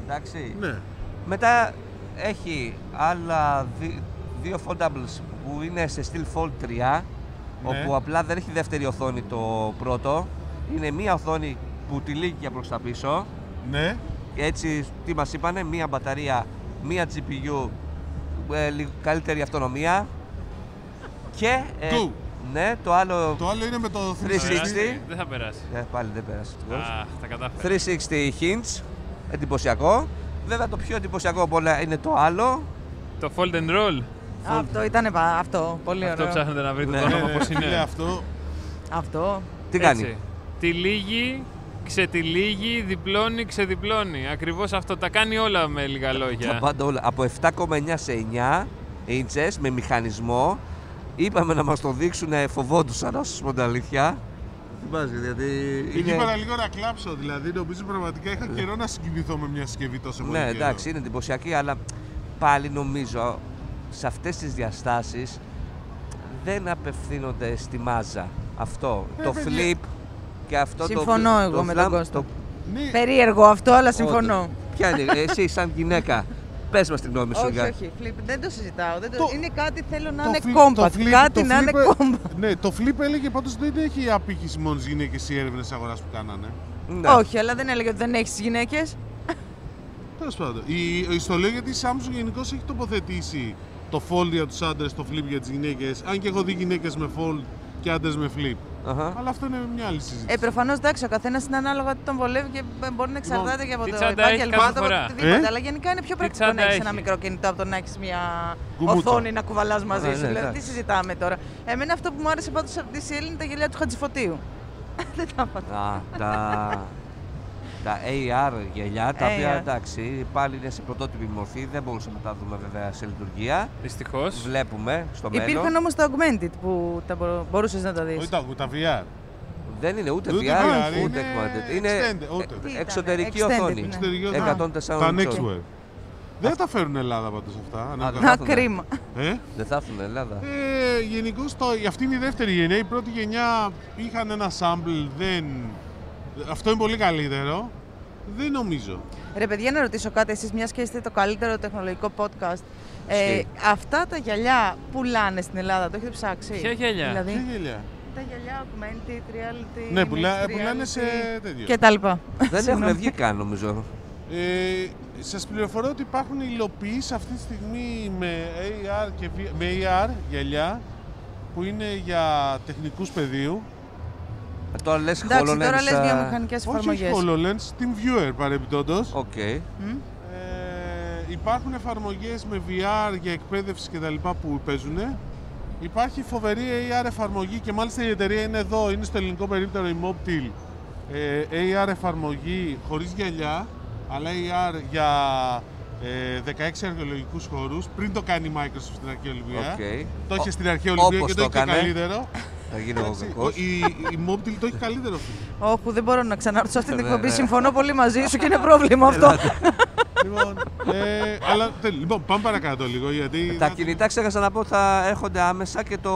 Εντάξει. Ναι. Μετά έχει άλλα δι- δύο foldables που είναι σε στυλ Fold 3, Ναι. όπου απλά δεν έχει δεύτερη οθόνη το πρώτο. Είναι μία οθόνη που τυλίγει προς τα πίσω. Ναι. Έτσι, τι μας είπανε, μία μπαταρία, μία GPU, ε, λι- καλύτερη αυτονομία και... ε, Two. ναι, το άλλο... Το άλλο είναι με το 360. 360. Δεν θα περάσει. Ε, πάλι δεν πέρασε. ευτυχώς. Αχ, τα κατάφερα. 360 hints, εντυπωσιακό. Βέβαια το πιο εντυπωσιακό από όλα είναι το άλλο. Το fold and roll. Αυτό ήταν αυτό, πολύ Αυτό ωραίο. ψάχνετε να βρείτε Ναι. το Ναι, όνομα ναι, πώς φίλε, είναι. αυτό. Αυτό. Τι Έτσι. κάνει. Τυλίγει, ξετυλίγει, διπλώνει, ξεδιπλώνει. Ακριβώς αυτό. Τα κάνει όλα με λίγα Τα λόγια. πάντα όλα. Από 7,9 σε 9 inches με μηχανισμό. Είπαμε να μας το δείξουν, φοβόντουσαν να σας πω την αλήθεια. Θυμάσαι, γιατί Εκεί πέρα λίγο να κλάψω, δηλαδή νομίζω πραγματικά είχα καιρό να συγκινηθώ με μια συσκευή τόσο πολύ. Ναι, καιρό. εντάξει, είναι εντυπωσιακή, αλλά πάλι νομίζω σε αυτές τις διαστάσεις δεν απευθύνονται στη μάζα. Αυτό. Ε, το παιδιά. flip και αυτό Συμφωνώ το, εγώ το με τον flam, Κώστα. το Ναι, Περίεργο αυτό, αλλά συμφωνώ. Όντως. Ποια είναι, εσύ σαν γυναίκα, πες μας την γνώμη σου. Όχι, για- όχι, flip, δεν το συζητάω. Δεν το... Το- Είναι κάτι θέλω να Το είναι flip- το compact. flip- Κάτι το να είναι flip- compact. Ναι, το Flip έλεγε πάντως δεν έχει απήχηση μόνο στις γυναίκες οι έρευνες αγοράς που κάνανε. Ναι. Όχι, αλλά δεν έλεγε ότι δεν έχεις τις γυναίκες. Τέλος πάντων. Η, η, στο λέω γιατί η Samsung γενικώς έχει τοποθετήσει το Fold για τους άντρες, το Flip για τις γυναίκες. Αν και έχω δει γυναίκες με Fold και άντρες με Flip. Αχα. Αλλά αυτό είναι μια άλλη συζήτηση. Ε, προφανώς εντάξει, ο καθένας είναι ανάλογα τι τον βολεύει και μπορεί να εξαρτάται και από τι το τσάντα έχει επάγγελμά κάθε του, από φορά. οτιδήπτε. Ε? Αλλά γενικά είναι πιο πρακτικό τσάντα να έχει ένα έχει. μικρό κινητό από το να έχεις μια Κουμούτσα. οθόνη να κουβαλάς μαζί Ναι, σου. ναι, Δηλαδή, τι εντάξει. συζητάμε τώρα. Εμένα αυτό που μου άρεσε πάντως από τη CL είναι τα γελιά του Χατζηφωτίου. δεν τα είπα. Α, τα... τα AR γελιά, τα οποία AR. εντάξει, πάλι είναι σε πρωτότυπη μορφή, δεν μπορούσαμε να τα δούμε βέβαια σε λειτουργία. Δυστυχώς. Βλέπουμε στο μέλλον. Υπήρχαν όμως τα augmented που τα μπορούσες να τα δεις. Όχι τα, τα VR. Δεν είναι ούτε VR, Ούτε ούτε VR, augmented. είναι Είναι extended, ούτε. ε, Τι ήταν, εξωτερική extended, οθόνη. ναι. Εξωτερική οθόνη. 104 Τα inches. Nextware. Δεν τα φέρουν Ελλάδα πάντως αυτά. αν Α, έκανα. Να κάθομαι. ναι. κρίμα. Ε? Δεν θα έρθουν Ελλάδα. Ε, Γενικώς αυτή είναι η δεύτερη γενιά. Η πρώτη γενιά είχαν ένα sample, δεν. Αυτό είναι πολύ καλύτερο. Δεν νομίζω. Ρε παιδιά, να ρωτήσω κάτι εσείς, μιας και είστε το καλύτερο τεχνολογικό podcast. Ε, Ισχύει. αυτά τα γυαλιά πουλάνε στην Ελλάδα, το έχετε ψάξει. Ποια γυαλιά? Τι Δηλαδή, γελιά. τα γυαλιά augmented, reality, Ναι, πουλά, mixed πουλάνε Ε, reality σε τέτοιο. Και τα λοιπά. Δεν Συγγνώμη. έχουν βγει καν νομίζω. Ε, Σας πληροφορώ ότι υπάρχουν υλοποιήσει αυτή τη στιγμή με AR, και, V- με AR γυαλιά που είναι για τεχνικούς πεδίου. Ε, Τώρα λες Εντάξει, τώρα HoloLens, λες α, βιομηχανικές Όχι, όχι εφαρμογές. HoloLens, TeamViewer παρεμπιπτόντως. Οκ. Μμ. Ε, υπάρχουν εφαρμογές με VR για εκπαίδευση και τα λοιπά που παίζουν. Υπάρχει φοβερή AR εφαρμογή και μάλιστα η εταιρεία είναι εδώ, είναι στο ελληνικό περίπτερο η Mobtil. Ε, AR εφαρμογή χωρίς γυαλιά, αλλά AR για ε, 16 αρχαιολογικούς χώρους. Πριν το κάνει η Microsoft στην αρχαία Ολυμπία. Οκ. Το Ο- είχε στην αρχαία Ολυμπία όπως και το έχει και έκανε. καλύτερο. Θα γίνω εγώ Εντάξει, κακός. η, η Mobtil το έχει καλύτερο. φίλε. Όπου δεν μπορώ να ξανάρθω σε αυτή την Ναι, εκπομπή, ναι. συμφωνώ πολύ μαζί σου και είναι πρόβλημα αυτό. λοιπόν, ε, αλλά, τέλει. λοιπόν, πάμε παρακάτω λίγο γιατί... Ε, Τα κινητά ξέχασα να πω ότι θα έρχονται άμεσα και το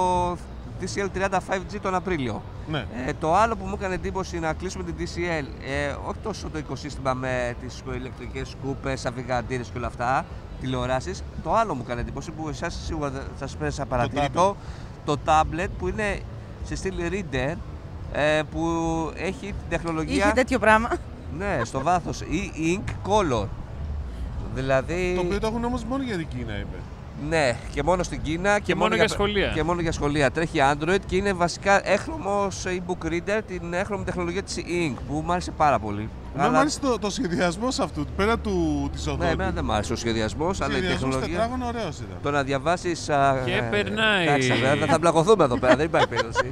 TCL 30 5G τον Απρίλιο. Ναι. Ε, το άλλο που μου έκανε εντύπωση να κλείσουμε την TCL, ε, όχι τόσο το οικοσύστημα με τις ηλεκτρικές σκούπες, αφιγαντήρες και όλα αυτά, τηλεοράσεις, το άλλο μου έκανε εντύπωση που εσάς σίγουρα δεν- θα σας πέρασε παρατηρητό, το τάμπλετ που είναι σε στυλ reader, ε, που έχει την τεχνολογία... Είχε τέτοιο πράγμα. Ναι, στο βάθος. E-Ink Color. Δηλαδή, Το οποίο το έχουν όμως μόνο για την Κίνα, είπε. ναι, και μόνο στην Κίνα. Και, μόνο για σχολεία. Και μόνο για σχολεία. Τρέχει Android και είναι βασικά έχρωμος e-book reader, την έχρωμη τεχνολογία της e-ink που μου άρεσε πάρα πολύ. Εμένα μου άρεσε το, το σχεδιασμό αυτού, πέρα του της οδότη. Ναι, εμένα δεν μου άρεσε ο σχεδιασμός, ο αλλά η σχεδιασμός τεχνολογία. τετράγωνο ωραίος ήταν. Το να διαβάσεις. Και περνάει. Εντάξει, βέβαια, θα, θα μπλακωθούμε εδώ πέρα, δεν υπάρχει περίπτωση.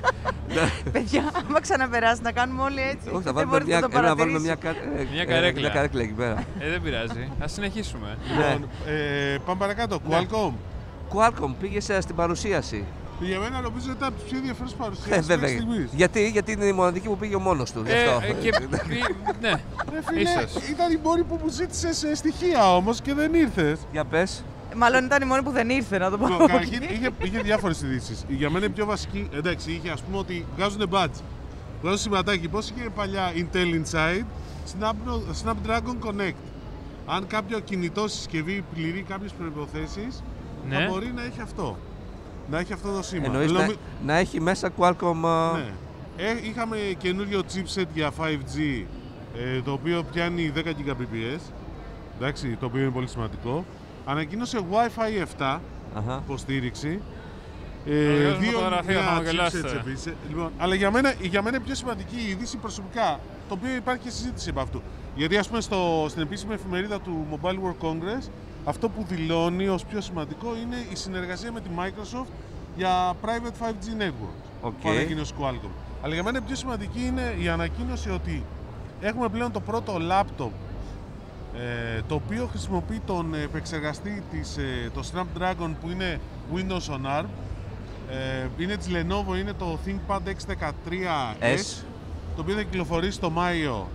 Παιδιά, άμα ξαναπεράσει, να κάνουμε όλοι έτσι. Όχι, θα Δεν βάλουμε μπορείτε μια, να το ε, να βάλουμε μια, παρατηρήσετε. κα- ε, Μια ε, καρέκλα. μια καρέκλα εκεί πέρα. Ε, δεν πειράζει. Ας συνεχίσουμε. Ναι. Λοιπόν, ε, πάμε παρακάτω. Qualcomm. Qualcomm πήγε σε- στην παρουσίαση. Για μένα νομίζω ήταν από τις πιο ενδιαφέρουσες Ε, παρουσιάσει βέβαια. μέχρι στιγμής. Γιατί, γιατί είναι η μοναδική που πήγε ο μόνος του. γι' αυτό. Ε, και, πι- ναι, ίσως. Ε, Ήταν η μόνη που μου ζήτησε στοιχεία όμως και δεν ήρθες. Για πες. Μάλλον ήταν η μόνη που δεν ήρθε, να το πω. Καταρχήν είχε, είχε διάφορες ειδήσεις. Για μένα η πιο βασική, εντάξει, είχε ας πούμε ότι βγάζουν badge. Βγάζουν σηματάκι. Πώς είχε παλιά Intel Inside, Snap- Snapdragon Connect. Αν κάποιο κινητό συσκευή πληρεί κάποιες προποθέσει, Ναι. θα μπορεί να έχει αυτό. Να έχει αυτό το σήμα. Εννοείς να, Λομι- να έχει μέσα Qualcomm. ε, Ναι. Ε, είχαμε καινούριο chipset για 5G, ε, το οποίο πιάνει 10 Gbps, εντάξει, το οποίο είναι πολύ σημαντικό. Ανακοίνωσε Wi-Fi 7, αχα. υποστήριξη. Ε, βγάζουμε φωτογραφία, μια χαμογελάστε. chipsets επίσης. Λοιπόν, αλλά για μένα, για μένα η πιο σημαντική η είδηση προσωπικά, το οποίο υπάρχει και συζήτηση από αυτού. Γιατί ας πούμε στο, στην επίσημη εφημερίδα του Mobile World Congress, αυτό που δηλώνει ως πιο σημαντικό είναι η συνεργασία με τη Microsoft για private 5G network Οκ. που ανακοίνωσε Qualcomm. Αλλά για μένα η πιο σημαντική είναι η ανακοίνωση ότι έχουμε πλέον το πρώτο λάπτοπ ε, το οποίο χρησιμοποιεί τον επεξεργαστή της, ε, το Snapdragon που είναι Windows on ARM. Ε, είναι της Lenovo, είναι το ThinkPad X13S, S. το οποίο θα κυκλοφορήσει το Μάιο.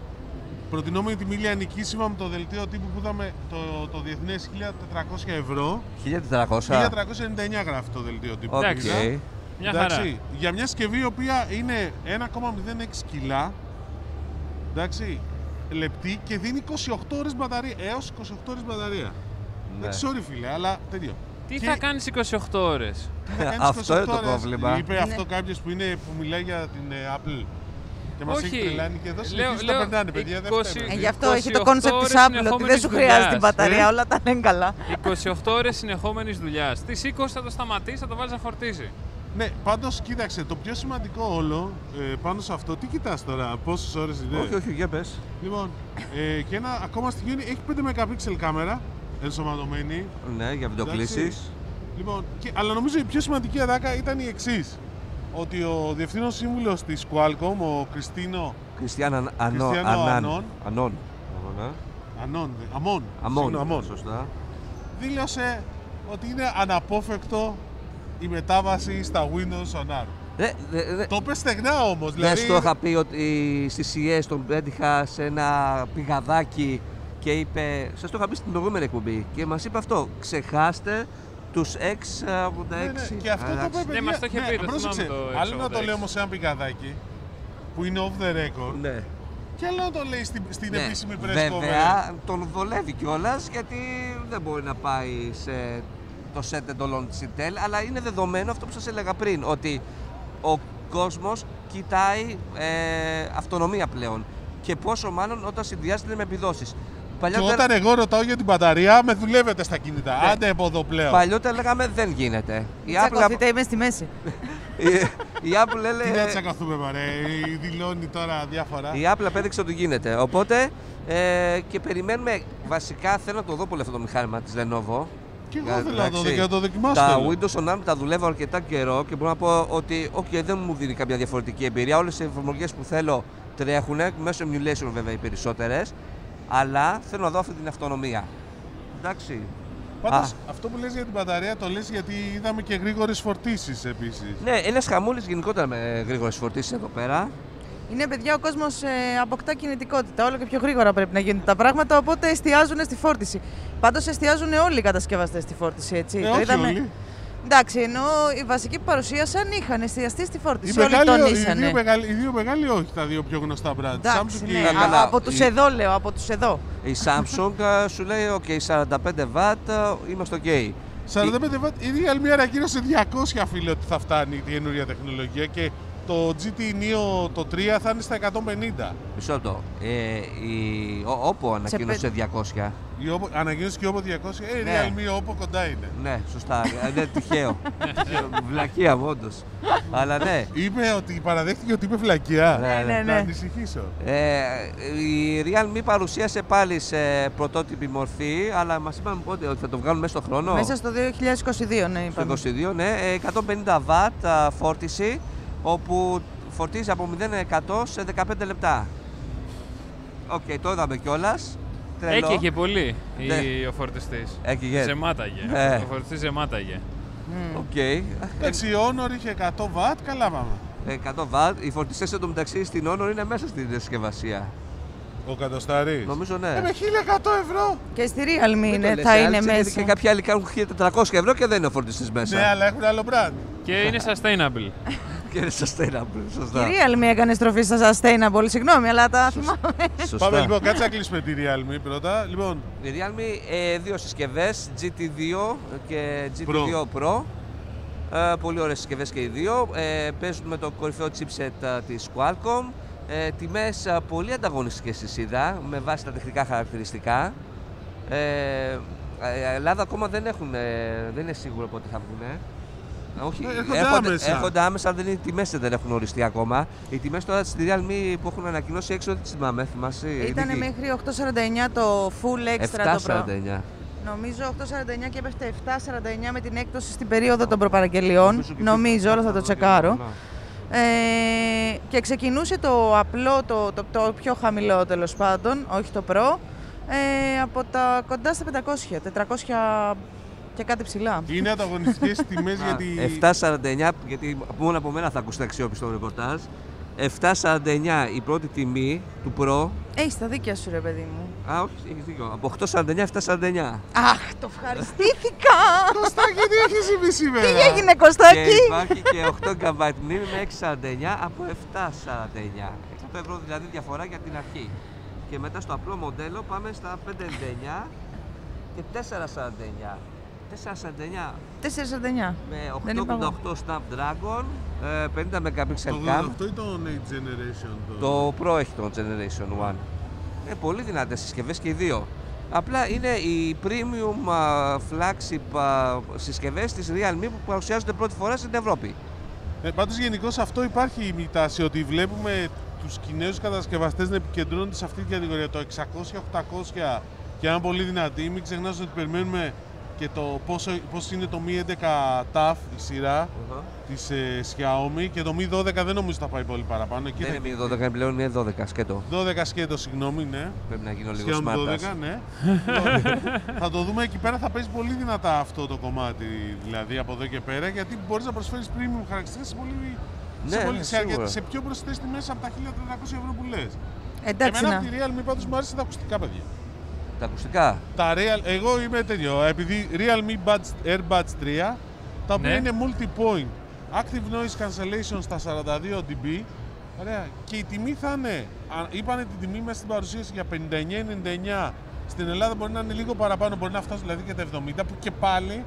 Προτινόμενη τιμή λιανική σύμφωνα με το δελτίο τύπου που είδαμε το, το διεθνές 1400 ευρώ. 1400. 1399 γράφει το δελτίο τύπου. Οκ. Εντάξει. ε. Μια χαρά. Εντάξει, για μια συσκευή η οποία είναι 1,06 κιλά, εντάξει, λεπτή και δίνει 28 ώρες μπαταρία, έως 28 ώρες μπαταρία. Ναι. Εντάξει, sorry φίλε, αλλά τέτοιο. Τι Και θα κάνεις 28 ώρες. τι θα κάνεις Ε, Αυτό 28 είναι το ώρες. πρόβλημα. Είπε Ναι. αυτό κάποιος που, είναι, που μιλάει για την ε, Apple και μας έχει τρελάνει και εδώ συνεχίζει να περνάνε, παιδιά, δεν 20 φταίμε. Ε, Γι' αυτό έχει το 28 κόνσεπτ της ώρες Apple, ότι δεν συνεχόμενης σου χρειάζεται την δουλειάς. Ε. μπαταρία, όλα τα λένε καλά. 28 ώρες συνεχόμενης δουλειάς. Τις 20 θα το σταματήσει, θα το βάλεις να φορτίζει. Ναι, πάντως κοίταξε, το πιο σημαντικό όλο ε, πάνω σε αυτό, τι κοιτάς τώρα, πόσες ώρες είναι. Όχι, όχι, για πες. Λοιπόν, ε, και ένα ακόμα στοιχείο είναι, έχει 5 MP κάμερα ενσωματωμένη. Ναι, για βιντεοκλήσει. Εντάξει. Λοιπόν, και, αλλά νομίζω η πιο σημαντική αδάκα ήταν η εξής. Ότι ο διευθύνων σύμβουλος της Qualcomm, ο Κριστίνο Κριστιαν Ανών. Κριστιανό Ανών. Ανών. Ανών. ναι. Ανών, δε- Αμών, Αμών. συγγνώμη, Αμών, Σωστά. δήλωσε ότι είναι αναπόφευκτο η μετάβαση στα Windows on ARM. Ρε, δε- δε- Το πες στεγνά όμως. Δεν Δηλαδή, σου το είχα πει ότι στη ΣΥΕΣ τον πέτυχα σε ένα πηγαδάκι και είπε. Σας το είχα πει στην προηγούμενη εκπομπή και μας είπε αυτό. Ξεχάστε ε, του 686. Ναι, ναι, και αυτό το είπε. παιδιά, μας το είχε πει, το πρόσεξε, θυμάμαι το Άλλο να το 686. λέω όμως σε ένα πηγαδάκι που είναι off the record. Ναι. Και άλλο να το λέει στην, στην ναι. επίσημη ε. press conference. Βέβαια, τον βολεύει κιόλας γιατί δεν μπορεί να πάει σε το set εντολών τη Intel. Αλλά είναι δεδομένο αυτό που σας έλεγα πριν, ότι ο κόσμος κοιτάει ε, αυτονομία πλέον. Και πόσο μάλλον όταν συνδυάζεται με επιδόσεις. Και όταν εγώ ρωτάω για την μπαταρία, με δουλεύετε στα κινητά. Ναι. Άντε από εδώ πλέον. Παλιότερα λέγαμε δεν γίνεται. Η Apple, Τσακωθείτε, είμαι στη μέση. η, η Apple Τι να έλεγε. τσακωθούμε, μωρέ. Δηλώνει τώρα διάφορα. Η Apple απέδειξε ότι γίνεται. Οπότε ε, και περιμένουμε. Βασικά θέλω να το δω πολύ αυτό το μηχάνημα της Lenovo. Κι εγώ Ε, θέλω να το δω εντάξει. και να το δοκιμάσω Τα θέλω. Windows on ARM τα δουλεύω αρκετά καιρό και μπορώ να πω ότι οκ, δεν μου δίνει κάποια διαφορετική εμπειρία. Όλες οι εφαρμογές που θέλω τρέχουν, μέσω emulation βέβαια οι περισσότερες. Αλλά θέλω να δω αυτή την αυτονομία. Εντάξει. Πάντως, Α. αυτό που λες για την μπαταρία το λες γιατί είδαμε και γρήγορες φορτίσεις επίσης. Ναι, ένας χαμούλης γενικότερα με γρήγορες φορτίσεις εδώ πέρα. Είναι παιδιά, ο κόσμος αποκτά κινητικότητα. Όλο και πιο γρήγορα πρέπει να γίνονται τα πράγματα, οπότε εστιάζουν στη φόρτιση. Πάντως εστιάζουν όλοι οι κατασκευαστές στη φόρτιση, έτσι. Ε, το όχι είδαμε. όλοι. Εντάξει, ενώ οι βασικοί που παρουσίασαν είχαν εστιαστεί στη Οι, φόρτιση. Όλοι μεγάλοι, οι, τονίσανε. δύο μεγάλοι, οι δύο μεγάλοι όχι, τα δύο πιο γνωστά brand. Εντάξει, Samsung ναι. και Καλά, α- καλά. από τους Η- εδώ λέω, από τους εδώ. Η Samsung ε, σου λέει: OK, 45 W, είμαστε OK. 45 watt. Η Realme ανακοίνωσε 200 φίλε ότι θα φτάνει η καινούργια τεχνολογία και το GT Neo το 3 θα είναι στα 150. Μισό λεπτό. Ε, η... ο- Oppo ανακοίνωσε 200. Η Oppo- ανακοίνωσε και η Oppo 200. Ε, Ναι. Realme Oppo κοντά είναι. Ναι, σωστά. Ε, ναι, τυχαίο. Τυχαίο. Βλακεία, όντως. Αλλά ναι. Είπε ότι παραδέχτηκε ότι είπε φλακιά. Ναι, ναι, Να ναι. ανησυχήσω. Ε, η Realme παρουσίασε πάλι σε πρωτότυπη μορφή, αλλά μας είπαν πότε ότι θα το βγάλουν μέσα στο χρόνο. Μέσα στο 2022, ναι, Στο είπαμε. 22, ναι, ε, 150 watt α, φόρτιση, όπου φορτίζει από 0% σε 15 λεπτά. Οκ, το είδαμε κιόλας. Έκαιγε πολύ η- Ναι. ο φορτιστής. Έκαιγε. Ζεμάταγε. Ναι. Ο φορτιστής ζεμάταγε. Μμ. Οκ. Εντάξει, η Honor είχε 100 watt, καλά πάμε. 100 watt. Οι φορτιστές εντωμεταξύ στην Honor είναι μέσα στην συσκευασία. Ο κατοσταρής. Νομίζω Ε, με ναι. 1100 ευρώ. Και στη Realme Μην το είναι, λες, θα οι άλλοι είναι ξέρετε, μέσα. Και κάποιοι άλλοι κάνουν 1400 ευρώ και δεν είναι ο φορτιστής Ναι, μέσα. αλλά έχουν άλλο brand. Και είναι sustainable. και είναι sustainable. Η Σωστά. Realme έκανε στροφή στα sustainable, συγγνώμη, αλλά τα θυμάμαι. Σωστά. Πάμε λοιπόν, κάτσε να κλείσουμε τη Realme πρώτα. Λοιπόν, Η Realme ε, δύο συσκευές, GT2 και GT2 Pro. Ε, πολύ ωραίες συσκευές και οι δύο. Ε, παίζουν με το κορυφαίο chipset της Qualcomm. Ε, Τιμές πολύ ανταγωνιστικές τη είδα με βάση τα τεχνικά χαρακτηριστικά. Ε, ε, Ελλάδα ακόμα δεν έχουν, ε, δεν είναι σίγουρο πότε θα βγουν. Όχι, Ε, έρχονται άμεσα. έρχονται άμεσα, δεν είναι, οι τιμές δεν έχουν οριστεί ακόμα. Οι τιμές τώρα στη Realme που έχουν ανακοινώσει έξω δεν τις θυμάμαι, θυμάσαι. Ήταν Νίκη? μέχρι 8.49 το full extra το Pro. 7,49. Νομίζω 8.49 και έπεφτε 7.49 με την έκπτωση στην περίοδο των προπαραγγελιών. Νομίζω, όλα θα το τσεκάρω. Ε, και ξεκινούσε το απλό, το, το, το πιο χαμηλό τέλος πάντων, όχι το Pro, ε, από τα κοντά στα 500, 400 και κάτι ψηλά. είναι ανταγωνιστικές τιμές γιατί. 7,49, γιατί μόνο από μένα θα ακούσετε αξιόπιστο ρεπορτάζ. 7,49 η πρώτη τιμή του Pro. Έχεις τα δίκια σου, ρε παιδί μου. Α, όχι, έχεις δίκιο. Από 8,49, 7,49. Αχ, το ευχαριστήθηκα! Κωστάκι, τι έχει συμβεί σήμερα. Τι έγινε, Και Κωστάκη! υπάρχει και 8 GB μνήμη με 6,49 από 7,49. 100 ευρώ δηλαδή διαφορά για την αρχή. Και μετά στο απλό μοντέλο πάμε στα 5,99 και 4,49. 4,49 4,49. με Δεν είπα εγώ. 888 Snapdragon, ε, 50 Το megapixel cam. 88 ή το Next Generation. Το... Το Pro έχει το Generation 1. Είναι πολύ δυνατές συσκευές και οι δύο. Απλά είναι οι premium α, flagship συσκευές της Realme που παρουσιάζονται πρώτη φορά στην Ευρώπη. Ε, Πάντως γενικώς αυτό υπάρχει η τάση ότι βλέπουμε τους Κινέζους κατασκευαστές να επικεντρώνονται σε αυτή την κατηγορία. Το 600-800 και αν πολύ δυνατή. Μην ξεχνάς ότι περιμένουμε και το πόσο, πώς είναι το Mi 11 TAF η σειρά της ε, Xiaomi και το Mi 12 δεν νομίζω θα πάει πολύ παραπάνω. Εκεί Δεν θα- είναι μη 12 πλέον, είναι 12 σκέτο. 12 σκέτο, συγγνώμη, ναι. Πρέπει να γίνω λίγο Σχεδόν smart. 12, ναι. θα το δούμε εκεί πέρα, θα παίζει πολύ δυνατά αυτό το κομμάτι δηλαδή από εδώ και πέρα, γιατί μπορείς να προσφέρεις premium χαρακτηριστικά σε πολύ. σε, Ναι, πολύ ναι, σε, αρκετ- σίγουρα. σε πιο προσιτές τιμές από τα 1300 ευρώ που λες. Εντάξει ναι. Εμένα να. από τη Realme πάντως μου άρεσε τα ακουστικά, παιδιά. Τα ακουστικά. Τα Real, εγώ είμαι τέτοιο, επειδή Realme Buds, AirBuds 3, τα οποία Ναι. είναι multi-point, active noise cancellation στα 42 dB, ωραία, και η τιμή θα είναι, α, είπανε την τιμή μέσα στην παρουσίαση για 59,99, στην Ελλάδα μπορεί να είναι λίγο παραπάνω, μπορεί να φτάσει δηλαδή και τα 70, που και πάλι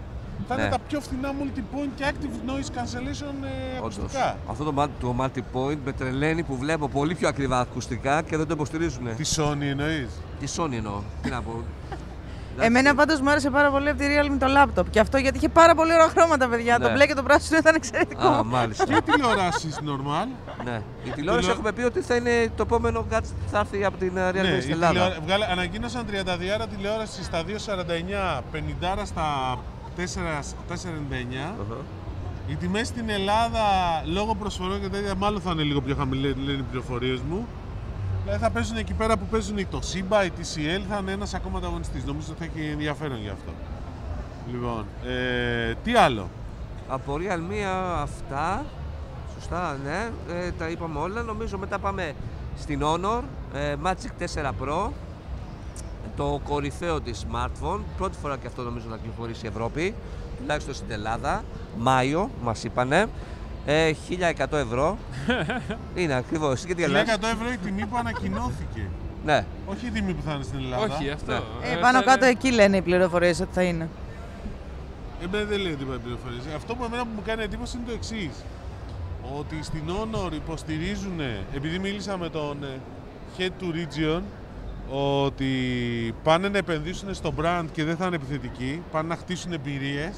θα είναι Ναι. τα πιο φθηνά multi-point και active noise cancellation ε, Όντως. ακουστικά. Αυτό το, μάτι- το multi-point με τρελαίνει που βλέπω πολύ πιο ακριβά ακουστικά και δεν το υποστηρίζουν. Τη Sony εννοείς. Τη Sony εννοώ. Τι να πω. Εμένα πάντως μου άρεσε πάρα πολύ από τη Realme το λάπτοπ. Και αυτό γιατί είχε πάρα πολύ ωραία χρώματα, παιδιά. Ναι. Το μπλε και το πράσινο ήταν εξαιρετικό. Α, μάλιστα. Και τηλεοράσεις normal. Ναι. Η τηλεόραση Τηλεο- έχουμε πει ότι θα είναι το επόμενο gadget που θα έρθει από την ε, Realme Ναι, η στην Ελλάδα. τηλεόρα- βγάλα- ανακοίνωσαν 32 τηλεόραση στα 2,49, 50 στα 4, 4,99. Αχα. Οι τιμές στην Ελλάδα, λόγω προσφορών και τέτοια, μάλλον θα είναι λίγο πιο χαμηλές, λένε οι πληροφορίες μου. Δηλαδή θα παίζουν εκεί πέρα που παίζουν η Toshiba, η TCL, θα είναι ένας ακόμα ανταγωνιστής. Νομίζω ότι θα έχει ενδιαφέρον γι' αυτό. Λοιπόν, ε, τι άλλο. Από Realme α, αυτά. Σωστά, ναι. Ε, τα είπαμε όλα. Νομίζω μετά πάμε στην Honor ε, Magic 4 Pro. Το κορυφαίο της smartphone. Πρώτη φορά και αυτό νομίζω να κυκλοφορήσει η Ευρώπη. Τουλάχιστον στην Ελλάδα. Μάιο, μας είπανε. Ε, 1100 ευρώ. είναι ακριβώς. Εσύ γιατί γελάς? 100 ευρώ η τιμή που ανακοινώθηκε. Ναι. Όχι η τιμή που θα είναι στην Ελλάδα. Όχι, αυτό. Ε, Ε, πάνω θα κάτω είναι- εκεί λένε οι πληροφορίες ότι θα είναι. Εμένα δεν λέει ότι πάει πληροφορίες. Αυτό που εμένα που μου κάνει εντύπωση είναι το εξής. ότι στην Honor υποστηρίζουν, επειδή μίλησα με τον ε, head του Region, ότι πάνε να επενδύσουν στο brand και δεν θα είναι επιθετικοί, πάνε να χτίσουν εμπειρίες.